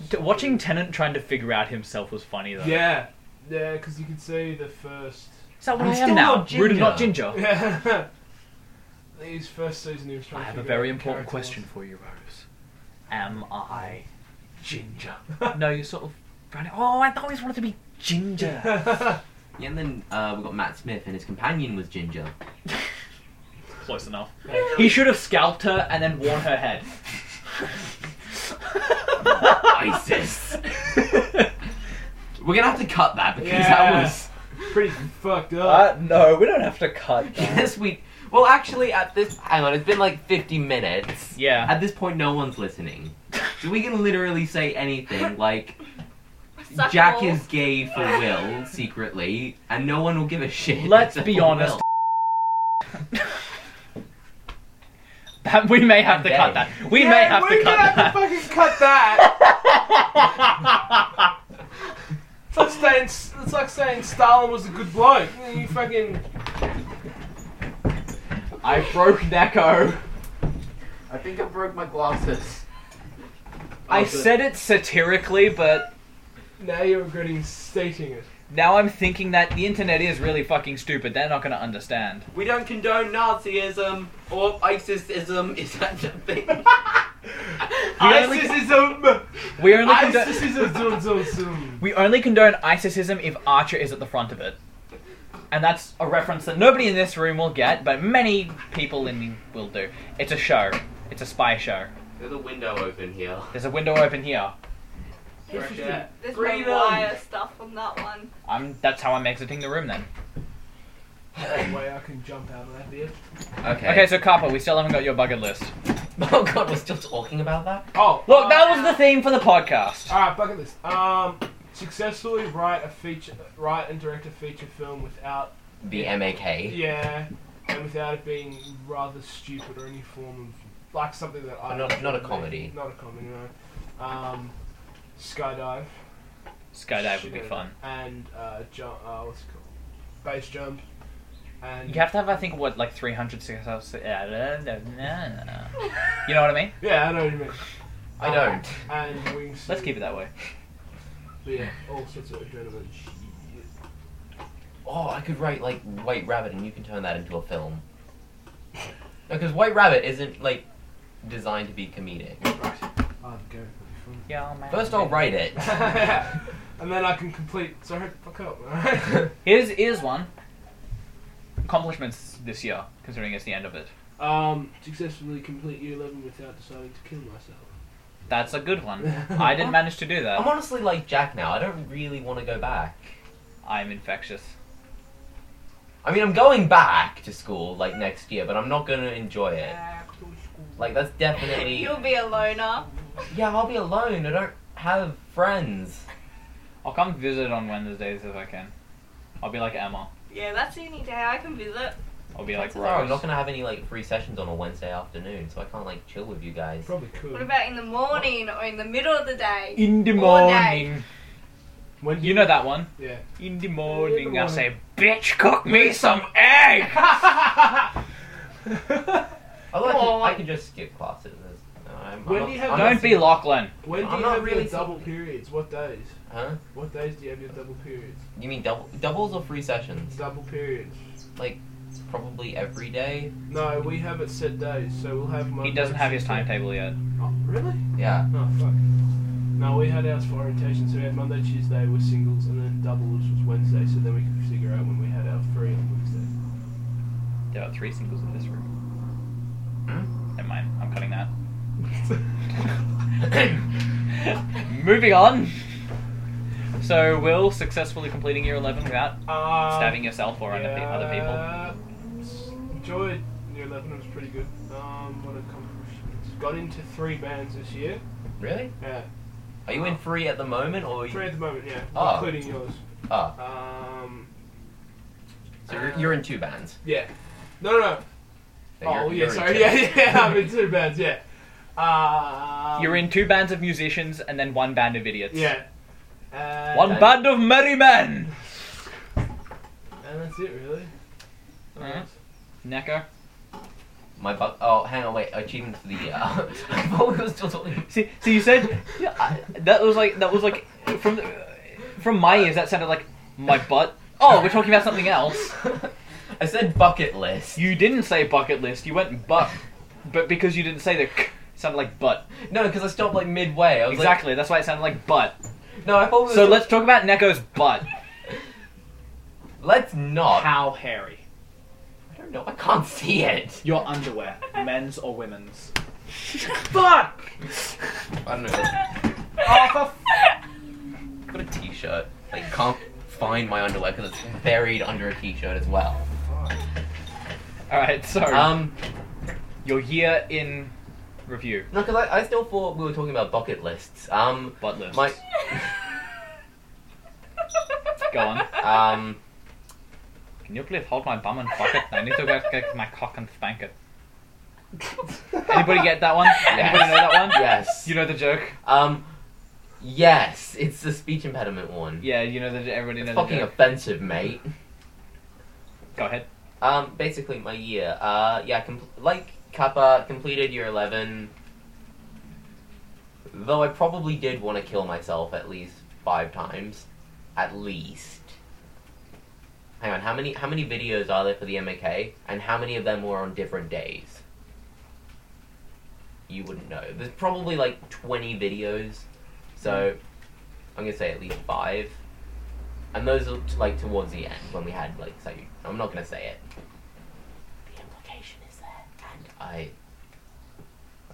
D-
or.
Watching Tennant trying to figure out himself was funny though.
Yeah, yeah, because you could see the first.
Is that what
I'm
I
still
am now?
not ginger.
Rooted not ginger.
Yeah. His first season, he was trying
I
to
have a
figure out
very
who the
important
character
question for you, Rose. Am I ginger?
was.
no, you sort of. brown- Oh, I always wanted to be ginger.
Yeah, and then uh, we got Matt Smith, and his companion was Ginger.
Close enough.
Yeah.
He should have scalped her and then worn her head.
ISIS. We're gonna have to cut that because
Yeah.
that was.
Pretty fucked up.
Uh, no, we don't have to cut.
Yes, we. Well, actually, at this hang on, it's been like 50 minutes.
Yeah.
At this point, no one's listening, so we can literally say anything. Like
Suck
Jack
balls.
is gay for Will secretly, and no one will give a shit.
Let's
except
be
for
honest.
Will.
That we may have to cut that. We may have to
we're
cut
gonna have
that.
to fucking cut that. it's like saying it's like saying Stalin was a good bloke. You fucking
I broke Neko.
I think I broke my glasses.
I
Okay.
said it satirically, but
now you're regretting stating it.
now I'm thinking that the internet is really fucking stupid. They're not gonna understand.
We don't condone Nazism or ISISism. Is that a thing?
only-
ISISism.
We only condo-
ISISism. Zoom zoom zoom.
we only condone ISISism if Archer is at the front of it, and that's a reference that nobody in this room will get, but many people in will do. It's a show. It's a spy show.
There's a window open here.
There's a window open here.
There's,
Fresh air.
there's
Freedom.
no wire stuff on that one.
I'm. That's how I'm exiting the room then.
That way I can jump out of that bit.
Okay.
Okay, so Kappa, we still haven't got your bucket list.
Oh god, we're still talking about that?
Oh,
Look, that was the theme for the podcast.
All right, bucket list. Um, successfully write a feature, write and direct a feature film without,
The MAK.
yeah, and without it being rather stupid or any form of like something that I
Not- not a comedy.
Not a comedy, no. Um, skydive
Skydive would be fun.
and uh, jump. Uh, what's it called? Base jump.
You
And
have to have, I think, what like 300 success- yeah, da- da- da- da. You know what I mean?
yeah, I know what you mean.
I don't.
And wingsuit.
Let's keep it that way.
But yeah, all sorts of adrenaline.
Oh, I could write like White Rabbit and you can turn that into a film. Because White Rabbit isn't like designed to be comedic.
Right. I'll have a go. It'll
Yeah, man.
First I'll write it.
be fun. and then I can complete. Sorry, fuck up. Alright.
Here's here's one. Accomplishments this year, considering it's the end of it.
Um, successfully complete year 11 without deciding to kill myself.
That's a good one. I didn't manage to do
I'm
that.
honestly like Jack now. I don't really want to go back.
I'm infectious.
I mean, I'm going back to school like next year, but I'm not gonna enjoy it. Like that's definitely
You'll be a loner.
yeah. I'll be alone. I don't have friends.
I'll come visit on Wednesdays if I can. I'll be like Emma.
Yeah, that's the only day I can visit.
I'll be like
Chances are I'm
Rose.
not gonna have any like free sessions on a Wednesday afternoon, so I can't like chill with you guys.
Probably could.
What about in the morning or in the middle of the day?
In the
All day.
morning.
When do
You know that one.
Yeah.
In the morning, I
morning.
say, bitch, cook me some egg!
Although I
Come
could,
on.
I could just skip classes. There's- no, I'm, I'm
When
not-
do you have-
I'm
Don't
not-
be Lachlan.
When do
I'm
you
not
have
really
your double
something.
periods? What days?
Huh?
What days do you have your double periods?
You mean double doubles or free sessions?
Double periods.
Probably every day.
No, we have it set days, so we'll have.
He
Monday
doesn't
and
have his
Tuesday.
timetable yet.
Oh, really?
Yeah.
Oh fuck. No, we had ours for orientation, so we had Monday, Tuesday were singles, and then doubles was Wednesday, so then we could figure out when we had our three on Wednesday.
There are three singles in this room.
Hmm?
Never mind, I'm cutting that. Moving on. So, Will successfully completing year 11 without
Um,
stabbing yourself or other pe- other people.
people. Enjoyed year 11, it was pretty good. Um, what accomplishments? Got into three bands this year.
really?
Yeah,
Are you in free at the moment, or
three at the moment, yeah,
Oh.
including yours.
Oh,
Um,
so you're, you're in two bands.
yeah. No, no, no.
So
Oh,
you're-
yeah,
you're in
sorry.
two.
Yeah, yeah, I'm in two bands, yeah. Um,
You're in two bands of musicians and then one band of idiots.
Yeah. Uh,
One
Okay.
band of merry men!
And that's it, really.
Alright. Neko.
My bu- oh, hang on, wait. Achievements for the year. I thought we were still talking.
See, so you said yeah, I, that was like that was like from the, from my ears that sounded like my butt. Oh, we're talking about something else.
I said bucket list.
You didn't say bucket list. You went butt, but because you didn't say the k, it sounded like butt.
No, because I stopped like midway. I was
Exactly. that's why it sounded like butt.
like, no, I thought we were
So
still-
let's talk about Neko's butt.
let's not.
How hairy?
I don't know. I can't see it.
Your underwear, men's or women's?
Fuck!
I don't know.
Oh, for
I've got a t-shirt. I can't find my underwear because it's buried under a t-shirt as well.
Mm-hmm. All right. Sorry.
Um,
Your year in review.
no, because I, I still thought we were talking about bucket lists. Um,
Butt list.
my
Go on.
um,
Can you please hold my bum and fuck it? I need to go get my cock and spank it. Anybody get that one? Anybody know that one?
yes,
You know the joke.
um, yes, it's the speech impediment one.
Yeah, you know that everybody knows.
Fucking
the joke.
offensive, mate.
Go ahead.
Um, basically my year. Uh, yeah, com- like Kappa completed year eleven. Though I probably did want to kill myself at least five times, at least. Hang on, how many how many videos are there for the MAK, and how many of them were on different days? You wouldn't know. There's probably like twenty videos, so I'm gonna say at least five. And those are t- like towards the end when we had like so I'm not gonna say it. The implication is there, and I.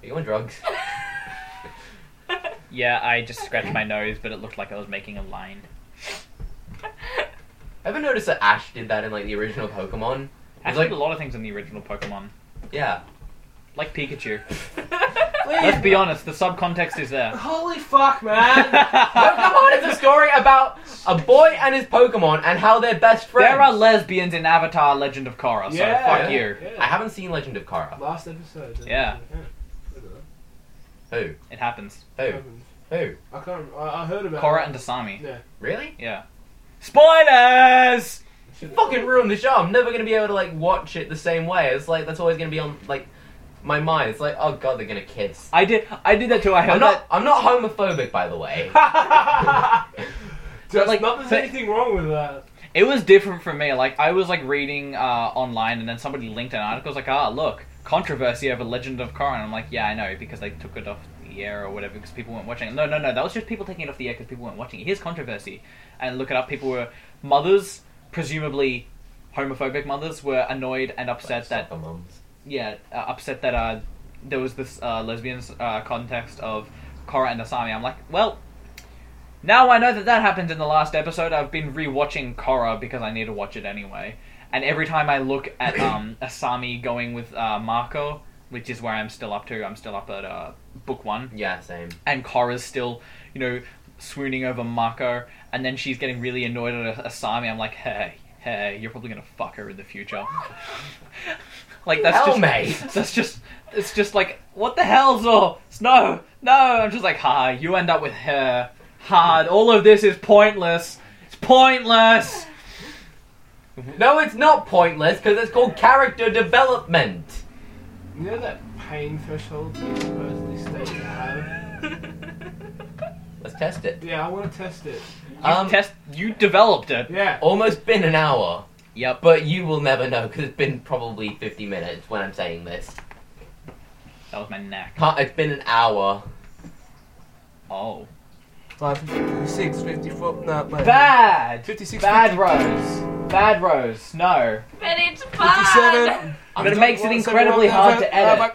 Are you on drugs?
Yeah, I just scratched my nose, but it looked like I was making a line.
Ever noticed that Ash did that in like the original Pokemon?
I
It's like
like a lot of things in the original Pokemon,
yeah.
like Pikachu.
Please.
Let's be honest, the subcontext is there.
Holy fuck, man!
No, come on, it's a story about a boy and his Pokemon and how they're best friends.
There are lesbians in Avatar: Legend of Korra, so
Yeah.
fuck
Yeah.
you.
I haven't seen Legend of Korra.
Last episode. uh,
Yeah.
Who?
It happens.
Who?
Happened.
Who?
I can't. rem- I, I heard about.
Korra
it.
and Asami.
Yeah.
Really?
Yeah. Spoilers.
You fucking ruined the show. I'm never gonna be able to like watch it the same way. It's like that's always gonna be on like my mind. It's like oh god, they're gonna kiss.
I did. I did that too. I heard
I'm not. I'm not homophobic, by the way.
Just,
like,
not there's
so-
anything wrong with that.
It was different for me. Like I was like reading uh, online, and then somebody linked an article. I was like, ah, look, controversy over Legend of Korra. And I'm like, yeah, I know, because they took it off the air or whatever, because people weren't watching. it. No, no, no, that was just people taking it off the air because people weren't watching it. Here's controversy, and look it up. People were mothers, presumably homophobic mothers, were annoyed and upset
Like,
that
soccer mums.
yeah, uh, upset that uh, there was this uh, lesbians uh, context of Korra and Asami. I'm like, well, now I know that that happened in the last episode. I've been rewatching Korra because I need to watch it anyway. And every time I look at um, Asami going with uh, Marco, which is where I'm still up to, I'm still up at uh, book one,
Yeah, same.
and Cora's still, you know, swooning over Marco, and then she's getting really annoyed at Asami. I'm like, hey, hey, you're probably gonna fuck her in the future. like that's
Hell,
just
mate.
that's just it's just like what the hell, Zor? No, no. I'm just like, ha, you end up with her. Hard. All of this is pointless. It's pointless.
No, it's not pointless because it's called character development.
You know that pain threshold you supposedly state you have?
Let's test it.
Yeah, I want to test it.
You
Um,
test. You developed it.
Yeah.
Almost been an hour,
Yep.
but you will never know because it's been probably 50 minutes when I'm saying this.
That was my neck.
Can't, it's been an hour.
Oh.
Five, six, fifty-four. No, wait.
Bad.
Fifty-six.
Bad Rose. Bad Rose. No.
But it's fun.
57.
But it makes it incredibly hard to edit.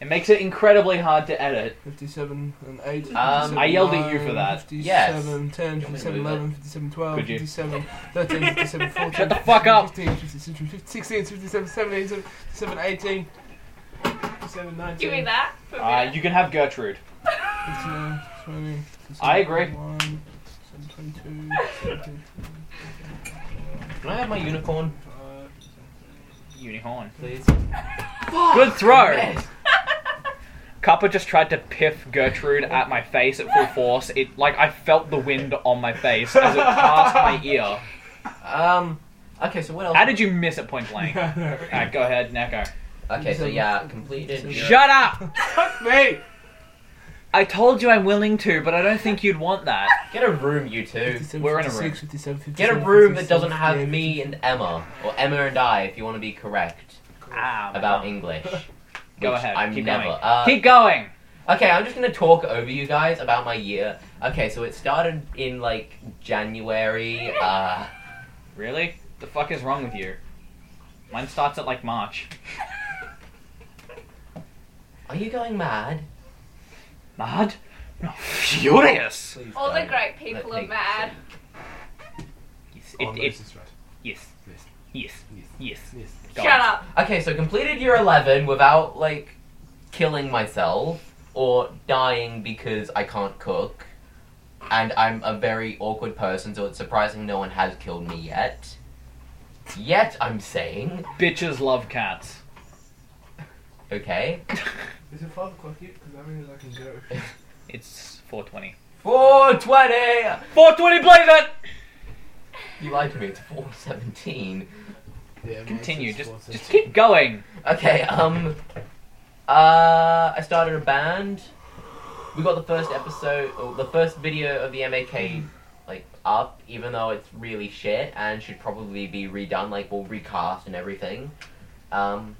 It makes it incredibly hard to edit.
57 and 8.
Um,
I yelled at you for that.
57,
Yes.
10, 57,
move
11, 57, 12,
Could you?
57, 13, 57, 14.
Shut the fuck up.
15, 15, 16, 57, 17, 57, 18.
57,
Give me
19.
that. for a
Uh,
minute.
you can have Gertrude.
59, 20,
I agree.
21, 22, 17,
Can I have my unicorn,
Uh,
Unicorn.
please?
Good throw.
Oh, Yes.
Kappa just tried to piff Gertrude at my face at full force. It like I felt the wind on my face as it passed my ear.
Um. Okay, so what else?
How did you miss at point blank?
yeah, no.
Alright, go ahead, Neko.
Okay, so yeah, completed.
Shut up!
Fuck me!
I told you I'm willing to, but I don't think you'd want that.
Get a room, you two.
57,
We're in a room.
56, 57, 57,
Get a room that
57,
doesn't have
58,
me and Emma, or Emma and I, if you want to be correct
Ah,
about English.
Go
which
ahead.
I'm
keep
never.
going.
Uh,
keep going.
Okay, I'm just gonna talk over you guys about my year. Okay, so it started in like January. Uh,
Really? The fuck is wrong with you? Mine starts at like March.
are you going mad?
Mad? No, furious.
Please.
All the
Sorry.
great people
Let
are
me-
mad.
Yes.
Oh,
It,
no,
it,
this is right.
yes.
Yes.
Yes.
Yes.
Yes.
Yes.
Go
Shut
on.
up.
Okay, so completed year 11 without like killing myself or dying because I can't cook. And I'm a very awkward person, so it's surprising no one has killed me yet. Yet, I'm saying.
Bitches love cats.
Okay.
Is it 5 o'clock yet? Because that means I can go.
It's 420.
420!
420, believe it!
You lied to me, it's 417.
Yeah,
Continue. Just, just keep going.
Okay, um. Uh, I started a band. We got the first episode, or the first video of the MAK, like, up, even though it's really shit and should probably be redone, like, we'll recast and everything. Um,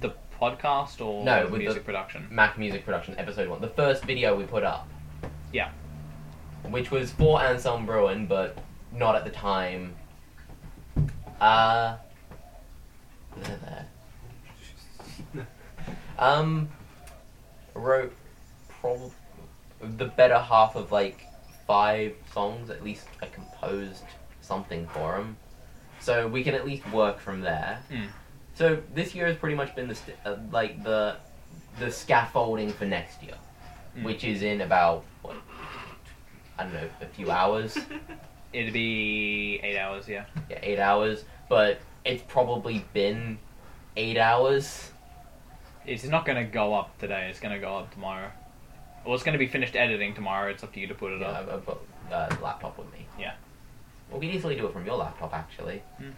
The podcast or
No, with
music
the-
production?
Mac Music Production, episode one. The first video we put up.
Yeah.
Which was for Anselm Bruin, but not at the time. Uh. was it there? Um, wrote probably the better half of like five songs. At least I composed something for them, so we can at least work from there.
Mm.
So this year has pretty much been the st- uh, like the the scaffolding for next year,
Mm.
which is in about what, I don't know a few hours,
It'd be eight hours, yeah.
yeah, eight hours. But it's probably been eight hours.
It's not going to go up today. It's going to go up tomorrow. Well, it's going to be finished editing tomorrow. It's up to you to put it
Yeah,
up.
I've, I've got uh, laptop with me.
Yeah.
Well, we can easily do it from your laptop, actually.
Mm.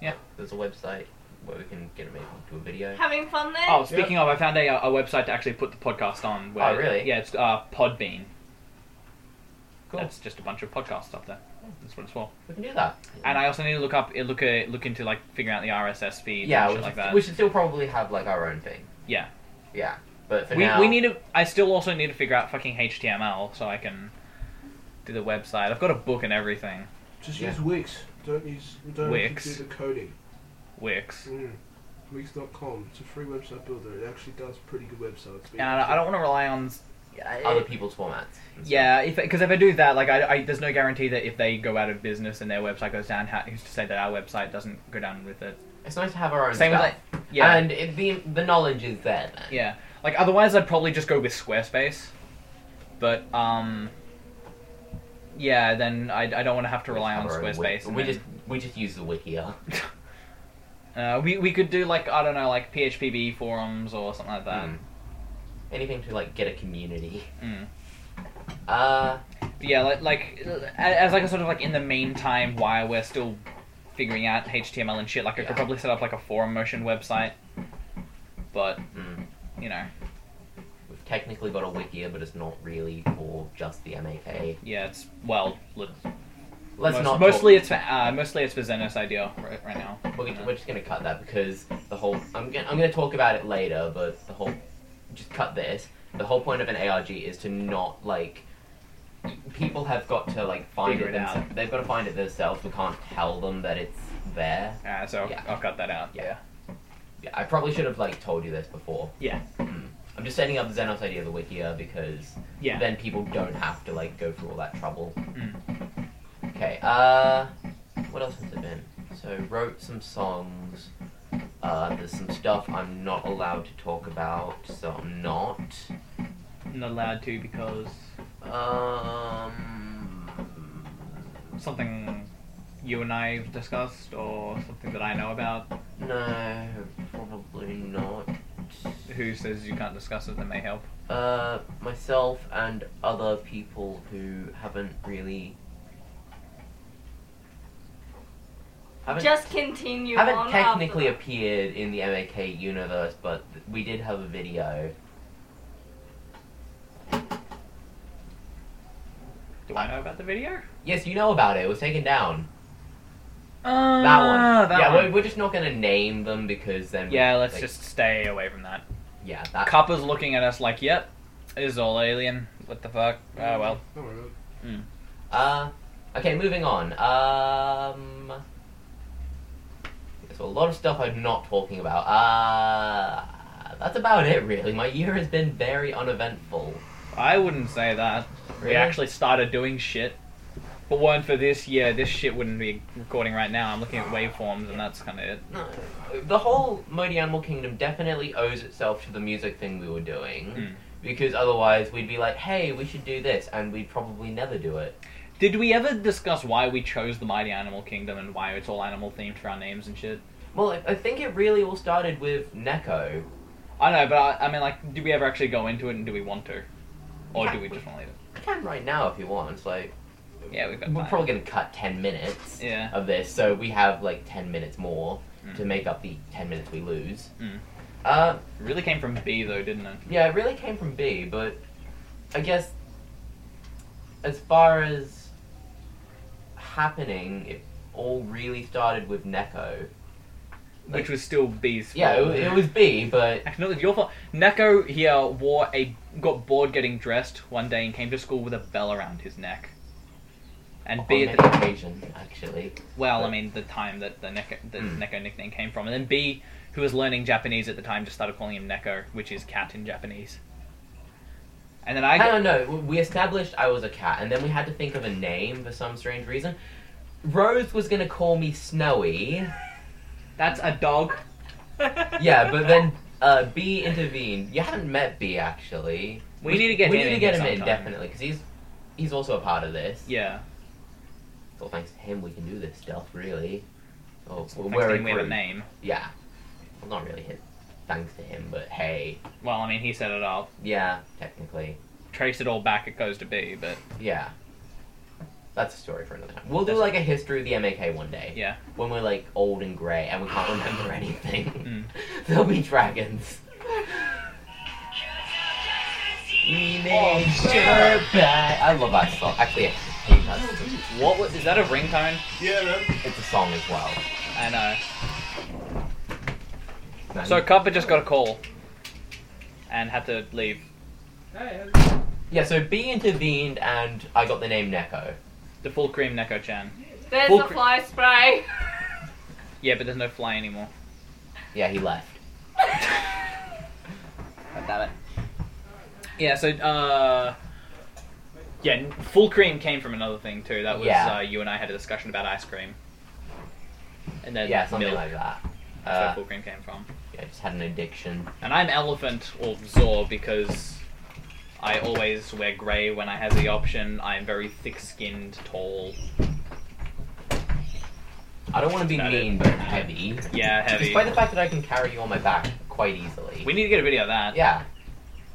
Yeah.
There's a website where we can get it made into a video.
Having fun there?
Oh, speaking of, I found a, a website to actually put the podcast on. Where,
Oh, really?
Yeah, it's uh, Podbean.
Cool.
That's just a bunch of podcasts up there. That's what it's for.
We can do that.
And I also need to look up, look uh, look into like figuring out the RSS feed.
yeah,
and
we
shit
should,
like that.
we should still probably have like our own thing.
Yeah.
Yeah. But for
we,
now,
we need to. I still also need to figure out fucking HTML so I can do the website. I've got a book and everything.
Just
Yeah.
use Wix. Don't use. Don't
Wix.
do the coding.
Wix.
Mm. Wix.com. It's a free website builder. It actually does pretty good websites. but
And I, I don't want to rely on. s-
I, other people's formats. and stuff.
Yeah, if because if I do that, like I, I, there's no guarantee that if they go out of business and their website goes down, how, who's to say that our website doesn't go down with it?
It's nice to have our own
Same with
stuff.
like, yeah,
And it, the the knowledge is there then.
yeah. Like otherwise, I'd probably just go with Squarespace, but um, yeah, then I, I don't want to have to rely on
Our own wiki-
Squarespace. and
We
then-
just we just use the wiki. uh,
uh, we we could do like I don't know like PHPB forums or something like that.
mm. Anything to like get a community.
Mm.
Uh,
But yeah, like like a- as like a sort of like in the meantime while we're still figuring out HTML and shit, like I
Yeah.
could probably set up like a forum motion website, but
mm.
you know,
we've technically got a wiki, but it's not really for just the MAK.
yeah, it's well, look,
Let's
most-
not talk-
mostly it's for, uh, mostly it's for Xenos idea right, right now.
We're, gonna-
Yeah.
we're just gonna cut that because the whole I'm gonna I'm gonna talk about it later, but the whole just cut this. The whole point of an ARG is to not like people have got to like find
Figure
it,
it out.
themselves. They've got to find it themselves. We can't tell them that it's there.
Uh, so
Yeah.
I'll cut that out. Yeah.
Yeah, I probably should have like told you this before.
Yeah.
Mm. I'm just setting up Xenos idea of the wikia because
Yeah.
then people don't have to like go through all that trouble.
Mm.
Okay, uh, what else has there been? So wrote some songs. Uh, there's some stuff I'm not allowed to talk about, so I'm not.
Not allowed to because
Um,
something you and I discussed or something that I know about.
no, probably not.
Who says you can't discuss it that may help?
Uh, myself and other people who haven't really. Haven't
Just continue
haven't
on
technically
after
appeared in the MAK universe, but th- we did have a video.
Do I know about the video?
Yes, you know about it. It was taken down.
Uh,
That one.
That
yeah,
one.
We're, we're just not gonna name them because then. we-
Yeah, let's
like,
just stay away from that.
Yeah, that.
Copper's looking at us like, yep, it's all alien. What the fuck? Oh, well.
Don't worry about it.
Uh, okay, moving on. Um. There's a lot of stuff I'm not talking about. Uh. That's about it, really. My year has been very uneventful.
I wouldn't say that.
Really?
We actually started doing shit. But weren't for this year, this shit wouldn't be recording right now. I'm looking at waveforms and that's kind of it.
No. The whole Modi Animal Kingdom definitely owes itself to the music thing we were doing.
Mm.
Because otherwise, we'd be like, hey, we should do this, and we'd probably never do it.
Did we ever discuss why we chose the Mighty Animal Kingdom and why it's all animal themed for our names and shit?
Well, I, I think it really all started with Neko.
I know, but I, I mean, like, did we ever actually go into it and do we want to? Or do we just want to leave it?
I can right now if he wants. Like,
Yeah, we've got
we're
time.
probably going to cut 10 minutes
Yeah.
of this, so we have like 10 minutes more
Mm.
to make up the 10 minutes we lose.
Mm.
Uh,
Really came from B though, didn't it?
yeah, it really came from B, but I guess as far as happening, it all really started with Neko.
Which was still B's.
Yeah,
fault.
it, it was B, but
Actually, no, it's your fault. Neko here wore a got bored getting dressed one day and came to school with a bell around his neck. And B
on
at
that
the,
occasion, actually.
well, I mean the time that the Neko the
Mm.
Neko nickname came from, and then B, who was learning Japanese at the time, just started calling him Neko, which is cat in Japanese. And then I
I
got,
don't know. We established I was a cat, and then we had to think of a name for some strange reason. Rose was gonna call me Snowy.
that's a dog.
that.
Yeah, but then uh, B intervened. You haven't met B actually.
We need to get
we
him
need
in
to get him
here
in
sometime.
definitely because he's he's also a part of this.
Yeah,
So thanks to him, we can do this stuff really. Oh, well,
Next
we're a
thing we have a
group.
name.
Yeah, well, not really his. Thanks to him, but hey,
Well, I mean he set it up.
yeah, technically,
Trace it all back, it goes to B, but
yeah. That's a story for another time. We'll do
That's-
like a history of the MAK one day.
yeah.
when we're like old and grey and we can't remember anything.
Mm.
There'll be dragons. Miniature bat. I love that song. Actually, I hate that song.
What was is that a ringtone?
Yeah, man.
It's a song as well.
I know.
Man,
So Copper just got a call and had to leave.
Hey,
yeah, so B intervened and I got the name Neko.
The full cream Neko Chan.
There's
Full
the
cre-
fly spray.
Yeah, but there's no fly anymore.
Yeah, he left.
God damn it. Yeah, so uh yeah, n- full cream came from another thing too. That was
Yeah.
uh, you and I had a discussion about ice cream, and then
yeah, something
milk.
like that.
That's where
Uh,
full cream came from.
yeah, just had an addiction.
And I'm elephant or Zor because I always wear grey when I have the option. I'm very thick-skinned, tall.
I don't want to be
About it.
mean, but heavy.
Yeah, heavy.
Despite the fact that I can carry you on my back quite easily.
We need to get a video of that.
yeah,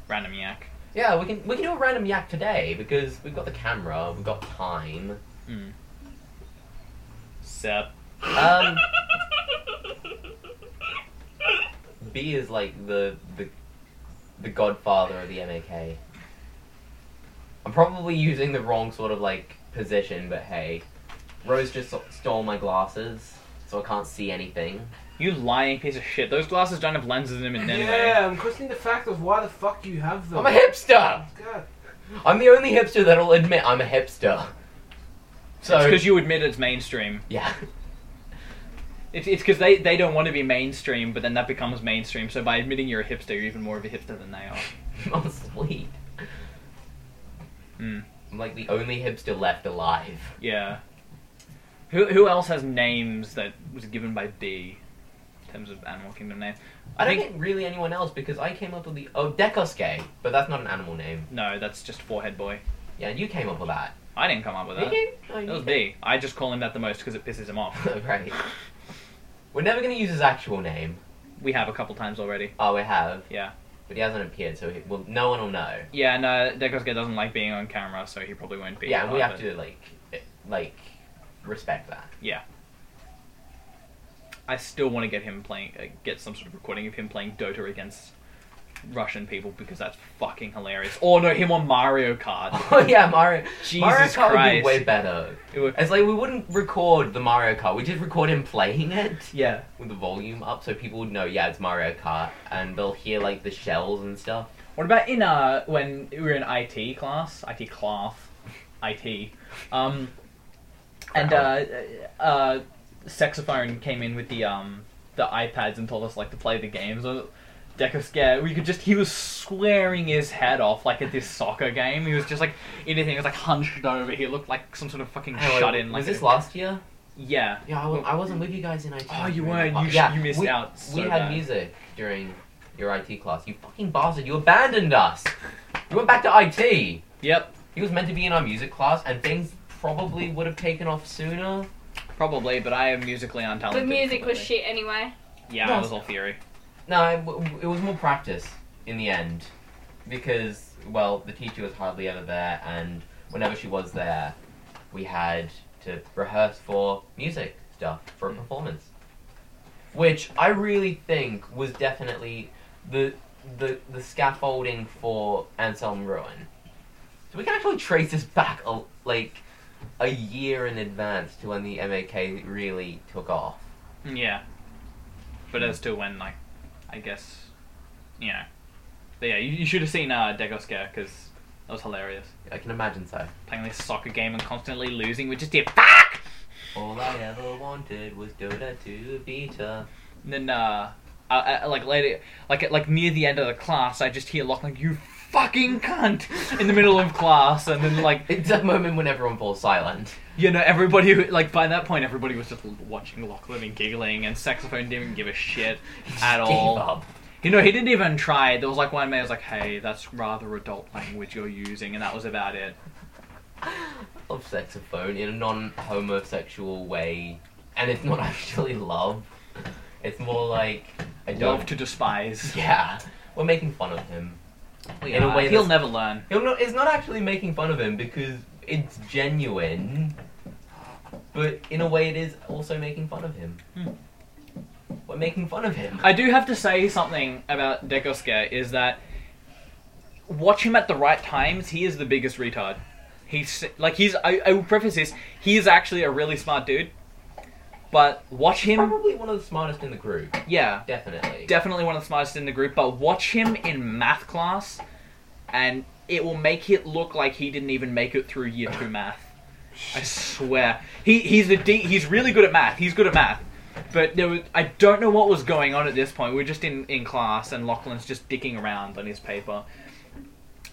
Random yak.
yeah, we can we can do a random yak today because we've got the camera, we've got time.
Mm. Sup.
Um, B is like the the the godfather of the MAK. I'm probably using the wrong sort of like position, but hey, Rose just so- stole my glasses, so I can't see anything.
You lying piece of shit. Those glasses don't have lenses in them in any way.
Yeah, I'm questioning the fact of why the fuck you have them.
I'm a hipster.
God.
I'm the only hipster that'll admit I'm a hipster. So
because you admit it's mainstream.
yeah,
It's it's because they, they don't want to be mainstream, but then that becomes mainstream. So by admitting you're a hipster, you're even more of a hipster than they are.
I'm sweet.
Hmm.
I'm like the only hipster left alive.
Yeah. Who who else has names that was given by B in terms of Animal Kingdom name?
I don't think really anyone else because I came up with the oh Dekosuke, but that's not an animal name.
no, that's just Forehead Boy.
Yeah, you came up with that.
I didn't come up with that.
You did? Oh,
That
you
was
did.
B. I just call him that the most because it pisses him off.
right. We're never going to use his actual name.
We have a couple times already.
Oh, we have.
Yeah.
But he hasn't appeared, so he, well, no one will know.
Yeah, no, Dekosuke doesn't like being on camera, so he probably won't be.
yeah, and we
on,
have
but
to like, eh, like, respect that.
I still want to get him playing, uh, get some sort of recording of him playing Dota against Russian people because that's fucking hilarious. Or no, him on Mario Kart.
Oh yeah, Mario.
Jesus
Mario Kart would be
Christ.
way better.
It would-
It's like we wouldn't record the Mario Kart. We just record him playing it
yeah.
with the volume up, so people would know. Yeah, it's Mario Kart, and they'll hear like the shells and stuff.
What about in uh when we were in IT class, IT class, IT, um, and uh, uh, saxophone came in with the um the iPads and told us like to play the games. Uh, Deco scare. We could just he was swearing his head off like at this soccer game. He was just like anything. He was like hunched over. He looked like some sort of fucking
Anyway,
shut in. Like
was this
a-
last year?
Yeah.
Yeah, I, wa- I wasn't with you guys in IT.
Oh, you
during
weren't.
the-
You, sh-
yeah,
you missed
we,
out. So
we had
bad.
music during your IT class. You fucking bastard! You abandoned us. You went back to IT.
Yep.
He was meant to be in our music class, and things probably would have taken off sooner.
Probably, but I am musically untalented.
The music was
completely.
shit anyway.
Yeah,
No.
I was all theory.
No, it, w- it was more practice in the end, because well, the teacher was hardly ever there, and whenever she was there, we had to rehearse for music stuff for a performance, which I really think was definitely the the the scaffolding for Anselm Ruin. So we can actually trace this back a, like a year in advance to when the MAK really took off.
Yeah. But as to when, like, I guess, you know. But yeah, you, you should have seen uh, Degoska, because that was hilarious.
I can imagine so.
Playing this soccer game and constantly losing with just a fuck!
All I ever wanted was Dota to Vita.
And then, uh, I, I, like, later, like, like, near the end of the class, I just hear Locke, like, you fucking cunt! In the middle of class, and then, like,
It's that moment when everyone falls silent.
you know, everybody, like, by that point, everybody was just watching Lachlan and giggling, and Saxophone didn't give a shit at
Gave
all.
up.
You know, he didn't even try. There was like one man was like, "Hey, that's rather adult language you're using," and that was about it.
Of saxophone in a non-homosexual way, and it's not actually love. It's more like I don't.
Love to despise.
Yeah, we're making fun of him.
In a way, he'll
that's-
never learn.
He'll not, it's not actually making fun of him because it's genuine, but in a way, it is also making fun of him.
Hmm.
We're making fun of him.
I do have to say something about Dekosuke is that watch him at the right times. He is the biggest retard. He's like he's. I, I will preface this. He is actually a really smart dude, but watch him.
Probably one of the smartest in the group,
Yeah,
definitely.
definitely one of the smartest in the group, but watch him in math class, and it will make it look like he didn't even make it through year two math. I swear, he he's a de- he's really good at math. He's good at math, but there was, I don't know what was going on at this point. We are just in in class, and Lachlan's just dicking around on his paper.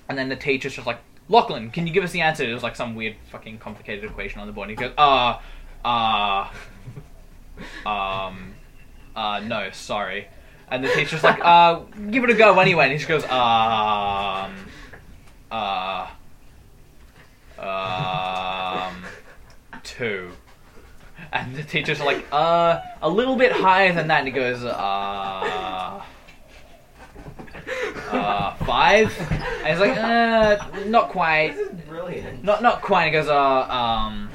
And then the teacher's just like, Lachlan, can you give us the answer? It was like some weird fucking complicated equation on the board. And he goes, uh, uh, um, uh, no, sorry. And the teacher's like, uh, give it a go anyway. And he just goes, um, uh, um, two. And the teacher's like, uh, a little bit higher than that. And he goes, uh, uh, five. And he's like, uh, not quite.
This is brilliant.
Not not quite. He goes, uh, um,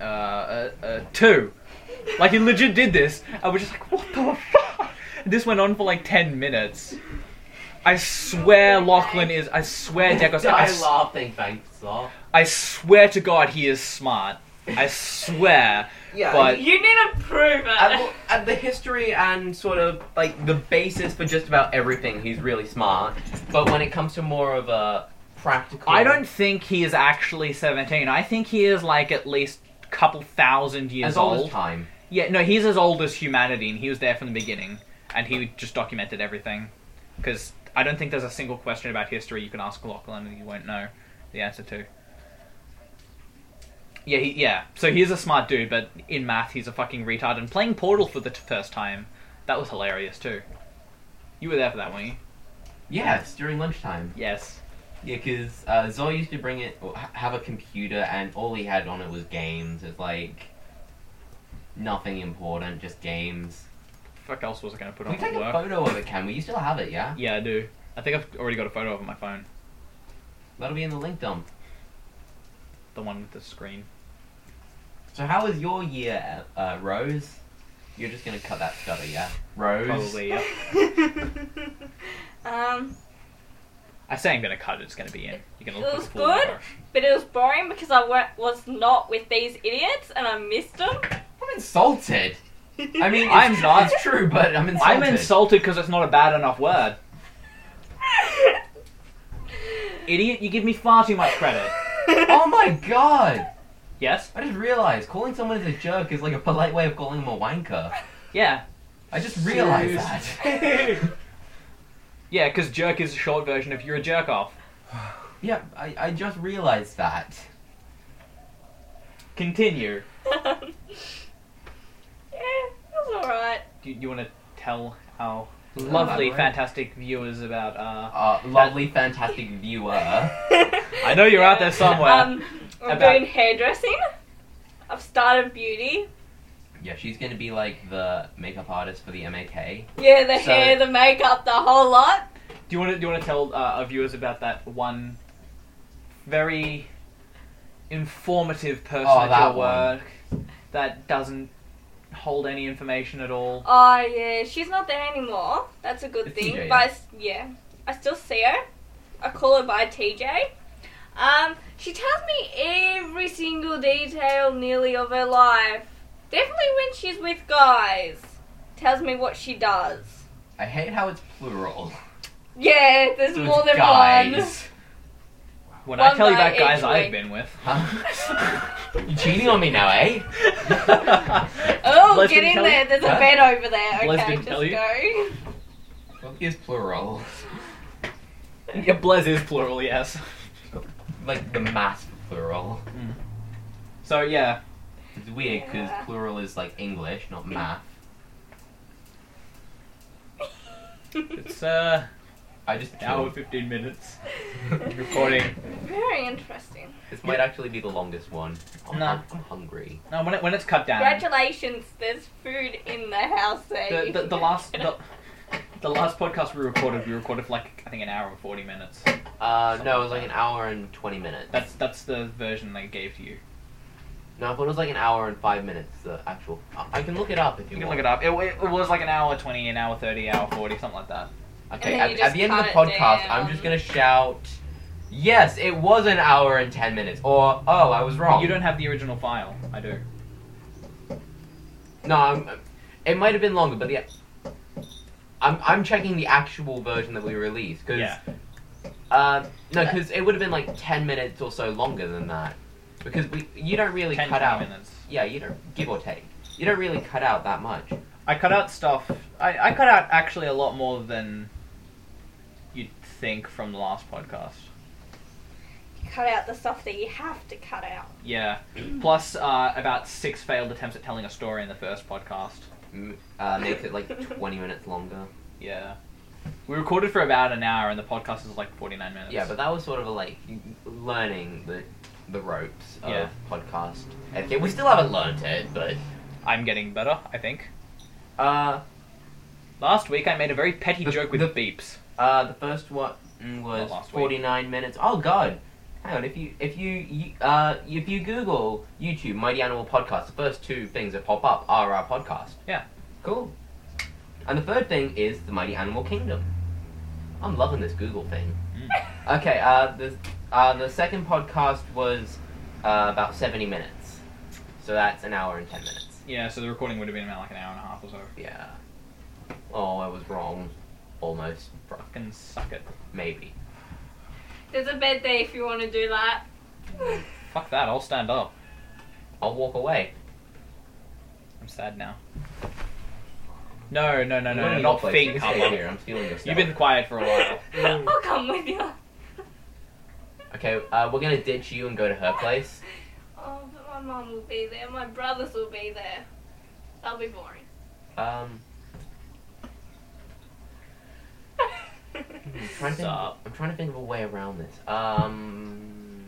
uh, uh, uh, two. Like he legit did this. I was just like, what the fuck? This went on for like ten minutes. I swear, Lachlan is. I swear, Deckard. I,
Die
s-
laughing, thanks, Law.
I swear to God, he is smart. I swear.
Yeah,
But-
You need to prove
and,
it.
well, and the history and sort of like the basis for just about everything, he's really smart. But when it comes to more of a practical,
I don't think he is actually seventeen. I think he is like at least couple thousand years
as old as time.
Yeah, no, he's as old as humanity, and he was there from the beginning, and he just documented everything. Because I don't think there's a single question about history you can ask Lachlan and you won't know the answer to. Yeah, he, yeah. So he's a smart dude, but in math he's a fucking retard. And playing Portal for the t- first time, that was hilarious too. You were there for that, weren't you?
Yes, during lunchtime.
Yes.
Yeah, because uh, Zoe used to bring it, or ha- have a computer, and all he had on it was games. It's like nothing important, just games.
Fuck else was I gonna put
Can
on
we take
for
a
work?
photo of it, can we? You still have it, yeah?
Yeah, I do. I think I've already got a photo of it on my phone.
That'll be in the link dump.
The one with the screen.
So, how was your year, uh, Rose? You're just gonna cut that stutter, yeah? Rose?
Probably. Yeah.
um,
I say I'm gonna cut it. It's gonna be in. You're gonna look
Feels
like a fool
good.
tomorrow.
but it was boring because I wa- was not with these idiots and I missed them.
I'm insulted! I mean, it's,
I'm not.
It's true, but I'm insulted.
I'm insulted because it's not a bad enough word. Idiot, you give me far too much credit.
Oh my god!
Yes?
I just realized calling someone as a jerk is like a polite way of calling them a wanker.
Yeah.
I just realized that.
Yeah, because jerk is a short version of you're a jerk off.
yeah, I, I just realized that.
Continue.
Um, yeah, it was alright.
Do you want to tell our lovely, fantastic viewers about, uh.
Uh, lovely, fantastic viewer.
Uh-huh. I know you're out there somewhere.
Um, I'm
About-
doing hairdressing. I've started beauty.
Yeah, she's gonna be like the makeup artist for the MAK.
Yeah, the
So-
hair, the makeup, the whole lot.
Do you want to do you want to tell uh, our viewers about that one very informative person
Oh,
at
that
your
one.
work that doesn't hold any information at all?
Oh yeah, she's not there anymore. That's a good
It's
thing.
TJ,
but I
yeah.
s- yeah, I still see her. I call her by TJ. Um, she tells me every single detail nearly of her life. Definitely when she's with guys. Tells me what she does.
I hate how it's plural.
Yeah, there's
So
more
it's
than
guys.
When I
One
tell you
guy
about guys
each
I've
week.
been with.
Huh? you cheating on me now, eh?
one. Oh,
Lesbian
get in
tell
there.
you-
There's
Huh?
a bed over there. Okay,
Lesbian
just
tell you?
go.
What is plural?
Yeah, Blez is plural, yes.
Like the mass plural.
So yeah,
It's weird because
Yeah.
plural is like English, not math.
it's uh,
I just
an hour
chilled.
and fifteen minutes
Recording.
recording.
Very interesting.
This might actually be the longest one. I'm,
Nah.
I'm hungry.
No, when it when it's cut down,
Congratulations, there's food in the house there.
the,
You
the,
can
the
go
last
get
the, the last podcast we recorded, we recorded for like I think an hour and forty minutes.
Uh, no, it was like an hour and 20 minutes.
That's that's the version they gave to you.
No, I thought it was like an hour and five minutes, the actual. I- I can look it up if you,
You can look
want.
it up. It, wa- it was like an hour twenty, an hour thirty, hour forty, something like that.
Okay,
And then
at,
you
at
just
the end of the
cut it
podcast, I'm just
down.
gonna shout, yes, it was an hour and ten minutes, or, oh, I was wrong.
You don't have the original file. I do.
No, I'm, it might have been longer, but yeah. I'm, I'm checking the actual version that we released, because,
Yeah.
uh, no, because it would have been like ten minutes or so longer than that. Because we, you don't really
10,
cut
20
out.
minutes.
Yeah, you don't, give or take. You don't really cut out that much.
I cut out stuff. I, I cut out actually a lot more than you'd think from the last podcast.
cut out the stuff that you have to cut out.
Yeah. Plus uh, about six failed attempts at telling a story in the first podcast.
M- Uh, makes it like 20 minutes longer.
Yeah. We recorded for about an hour, and the podcast is like forty nine minutes.
Yeah, but that was sort of a, like learning the the ropes of
Yeah.
podcast. Okay, we still haven't learnt it, but
I'm getting better. I think.
uh,
Last week I made a very petty
The-
joke with
the-
beeps.
uh, the first one mm, was
last week.
49 minutes. Oh god. Hang on, if you if you, you uh if you Google YouTube Mighty Animal Podcast, the first two things that pop up are our podcast.
Yeah.
Cool. And the third thing is the Mighty Animal Kingdom. I'm loving this Google thing.
Mm.
Okay, uh, the uh, the second podcast was uh, about seventy minutes, so that's an hour and ten minutes.
Yeah, so the recording would have been about like an hour and a half or so.
Yeah. Oh, I was wrong. Almost. Fuck,
Fucking suck it.
Maybe.
There's a bed there if you want to do that.
Fuck that. I'll stand up.
I'll walk away.
I'm sad now. No, no, no,
I'm
no, no
running
not
off, like,
feet.
you
Come
stay
on.
here. I'm stealing your
You've
stuff.
been quiet for a while.
I'll come with you.
Okay, uh, we're gonna ditch you and go to her place.
Oh, but my mum will be there. My brothers will be there. That'll be boring.
Um, I'm trying to think.
Sup?
I'm trying to think of a way around this. Um,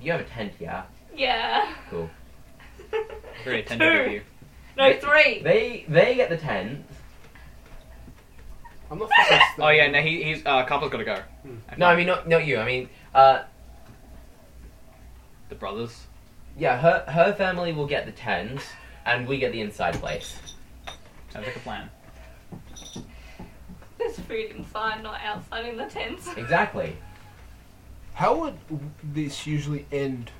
you have a tent, yeah.
yeah.
Cool.
Very attentive of
Two.
you.
No, three.
They they get the tent.
I'm not fucking stupid.
Oh yeah, no, he, he's uh, couple's gotta go.
Hmm. No, I mean not not you. I mean, uh,
The brothers.
yeah, her her family will get the tent, and we get the inside place.
Sounds like a plan.
There's food inside, not outside in the tents.
Exactly.
How would this usually end?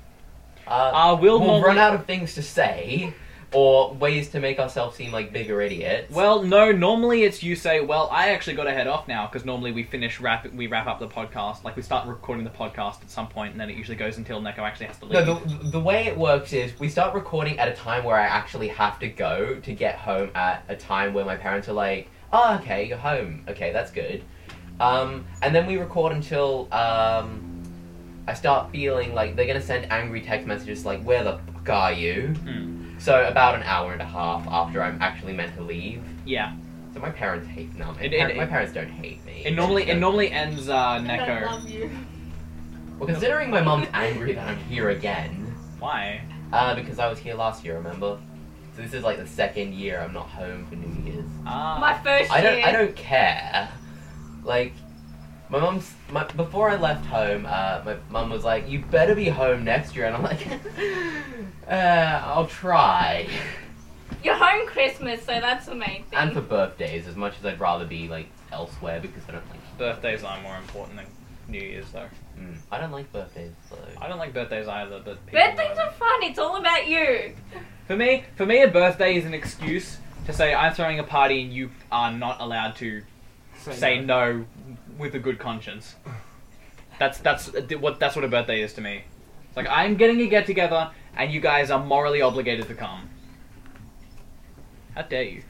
Uh,
Uh, we'll,
we'll
normally-
run out of things to say, or ways to make ourselves seem like bigger idiots.
Well, no. Normally, it's you say, "Well, I actually got to head off now," because normally we finish wrap we wrap up the podcast. Like we start recording the podcast at some point, and then it usually goes until Neko actually has to leave.
no, the the way it works is we start recording at a time where I actually have to go to get home at a time where my parents are like, "Oh, okay, you're home. Okay, that's good." Um, and then we record until um, I start feeling like they're gonna send angry text messages like, "Where the fuck are you?"
Hmm.
So about an hour and a half after I'm actually meant to leave.
Yeah,
So my parents hate no, my,
It-
par-
it-
my parents don't hate me.
it normally it normally ends uh,
I
Neko.
love you.
Well, considering my mum's angry that I'm here again,
Why?
uh, because I was here last year, remember? So this is like the second year I'm not home for New Year's.
Ah,
My first
Uh, I don't
year.
I don't care. Like my mum's my, before I left home, uh, my mum was like, "You better be home next year," and I'm like, uh, "I'll try."
You're home Christmas, so that's the main thing.
And for birthdays, as much as I'd rather be like elsewhere because I don't like
birthdays are more important than New Year's, though.
mm, I don't like birthdays. So.
I don't like birthdays either, but people
Birthdays
know.
are fun. It's all about you.
for me. For me, a birthday is an excuse to say I'm throwing a party and you are not allowed to say no with a good conscience. That's that's what that's what a birthday is to me. It's like I'm getting a get together, and you guys are morally obligated to come. How dare you?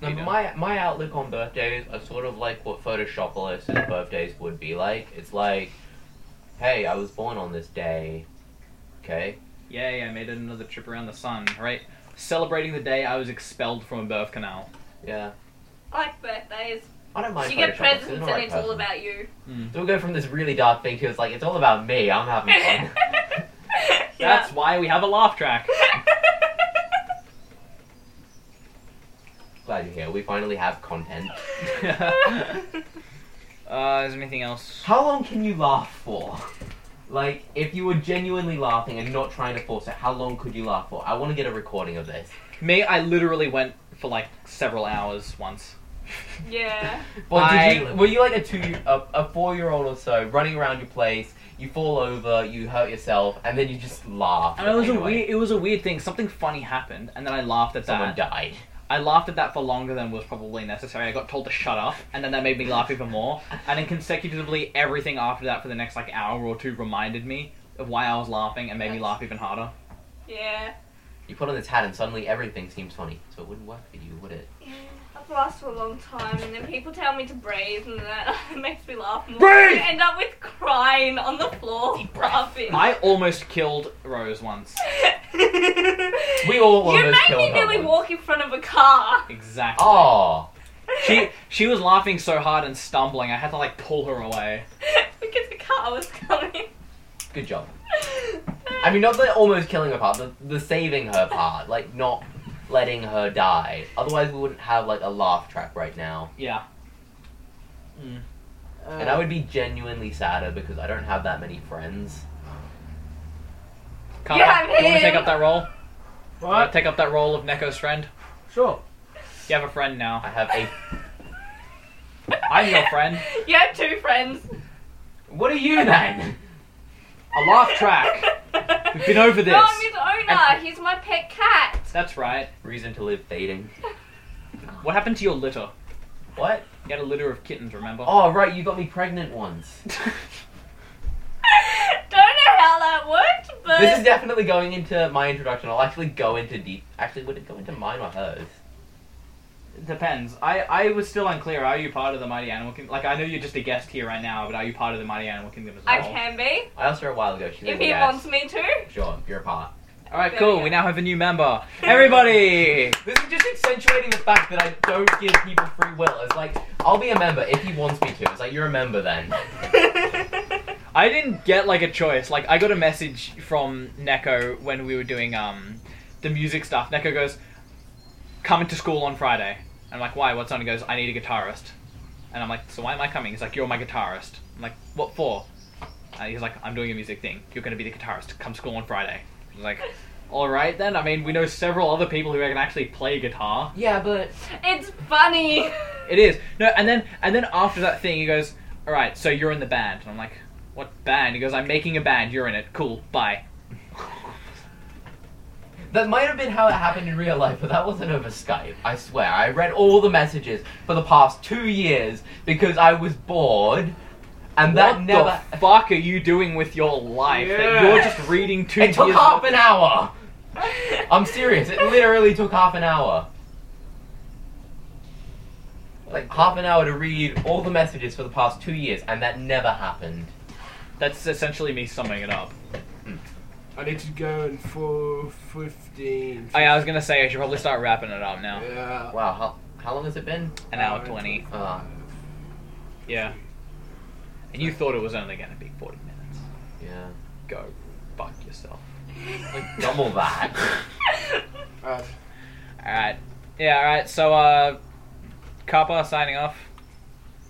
No,
You know.
my my outlook on birthdays are sort of like what Photoshopolis' birthdays would be like. It's like, hey, I was born on this day. Okay.
Yay! I made another trip around the sun. Right, celebrating the day I was expelled from a birth canal.
Yeah.
I like birthdays.
I don't mind.
you get
Photoshopolis,
presents
it's an
and
alright
it's all
person.
about you.
So we go from this really dark thing to it's like it's all about me. I'm having fun.
Yeah.
That's why we have a laugh track.
Glad you're here. We finally have content.
uh, is there anything else?
How long can you laugh for? Like, if you were genuinely laughing and not trying to force it, how long could you laugh for? I want to get a recording of this.
Me, I literally went for like several hours once.
yeah.
Well,
I-
did you, were you like a two, a, a four-year-old or so, running around your place? You fall over, you hurt yourself, and then you just laugh.
And it was a
Anyway,
weird, it was a weird thing. Something funny happened, and then I laughed at
Someone
that.
died.
I laughed at that for longer than was probably necessary. I got told to shut up, and then that made me laugh even more. And then consecutively, everything after that for the next like hour or two reminded me of why I was laughing and made me laugh even harder.
Yeah.
You put on this hat, and suddenly everything seems funny. So it wouldn't work for you, would it?
Yeah, I'll up last for a long time, and then people tell me to breathe, and that makes me laugh more.
Breathe!
I end up with crying on the floor, laughing.
I almost killed Rose once. We
we
all
You
almost
made
killed
me
her
nearly
once.
walk in front of a car.
Exactly.
Oh,
She she was laughing so hard and stumbling, I had to like pull her away.
because the car was coming.
good job. I mean, not the almost killing her part, the, the saving her part, like not letting her die. Otherwise, we wouldn't have like a laugh track right now,
Yeah.
and I would be genuinely sadder because I don't have that many friends.
Carl,
Yeah, I'm
you want to
him.
take up that role? You wanna
What?
Take up that role of Neko's friend.
Uh, Sure.
You have a friend now.
I have a.
I'm your friend.
You have two friends.
What are you then?
A laugh track. We've been over this.
No, I'm his owner. He's my pet cat.
That's right.
Reason to live fading.
What happened to your litter?
What?
You had a litter of kittens, remember?
Oh right, you got me pregnant once.
Don't know how that worked, but
This is definitely going into my introduction. I'll actually go into deep. Actually, would it go into mine or hers?
Depends. I, I was still unclear. Are you part of the Mighty Animal Kingdom? Like, I know you're just a guest here right now, but are you part of the Mighty Animal Kingdom as
I
well?
can be
I asked her a while ago. She
if
was
he
yes.
wants me to.
Sure, you're a part.
Alright,
There we
cool.
go.
We now have a new member. Everybody!
This is just accentuating the fact that I don't give people free will. It's like I'll be a member if he wants me to. It's like you're a member then.
I didn't get like a choice. Like I got a message from Neko when we were doing um the music stuff. Neko goes, "Coming to school on Friday." I'm like, "Why? What's on?" He goes, "I need a guitarist." And I'm like, "So why am I coming?" He's like, "You're my guitarist." I'm like, "What for?" And he's like, "I'm doing a music thing. You're going to be the guitarist. Come school on Friday." I was like, "All right then." I mean, we know several other people who can actually play guitar.
yeah, but
it's funny.
It is. No, and then and then after that thing, he goes, "All right, so you're in the band." And I'm like, "What band?" He goes, "I'm making a band. You're in it. Cool. Bye."
that might have been how it happened in real life, but that wasn't over Skype. I swear, I read all the messages for the past two years because I was bored, and that
what
never.
the fuck are you doing with your life? That
Yeah.
you're just reading two
It took
years-
half an hour. I'm serious. It literally took half an hour. Like half an hour to read all the messages for the past two years, and that never happened.
That's essentially me summing it up.
I need to go in four fifteen.
Oh, I, I was gonna say I should probably start wrapping it up now.
Yeah.
Wow, how, how long has it been?
An hour twenty.
Uh,
Yeah. And you thought it was only gonna be forty minutes.
yeah,
Go fuck yourself.
like double that.
Alright.
All right. Yeah. All right. So uh, Kappa signing off.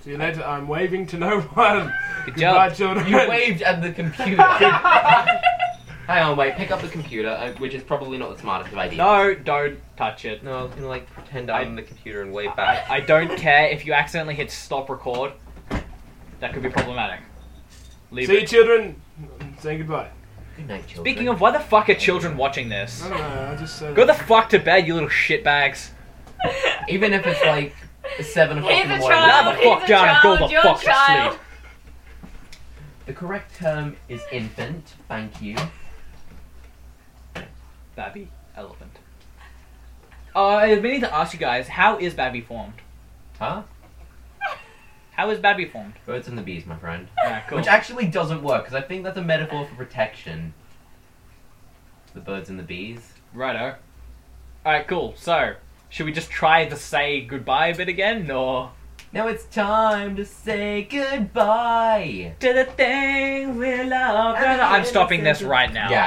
See you later. I'm waving to no one.
Good
Goodbye,
job.
children.
You waved at the computer. Hang on, wait. Pick up the computer, uh, which is probably not the smartest of ideas.
No, don't touch it.
no, I was gonna like pretend
I-
I'm the computer and wave
I,
back.
Uh, I don't care if you accidentally hit stop record. That could be problematic. Leave
See you,
it.
children. I'm saying goodbye.
Good night, children.
Speaking of, why the fuck are children watching this?
I don't know. I just said.
Go the fuck to bed, you little shitbags.
even if it's like seven o'clock
He's
in the
a
morning.
child.
Lie the
he's
fuck
a
down and go
child,
the
you're a
fuck to
child.
sleep.
The correct term is infant. Thank you.
Babby elephant. Uh, I need to ask you guys, how is Babby formed?
Huh?
How is Babby formed?
Birds and the bees, my friend.
Yeah, cool.
Which actually doesn't work because I think that's a metaphor for protection. The birds and the bees.
Righto. Alright, cool. So, should we just try to say goodbye a bit again, or...
Now it's time to say goodbye.
To the thing we love. I'm stopping this right now.
Yeah.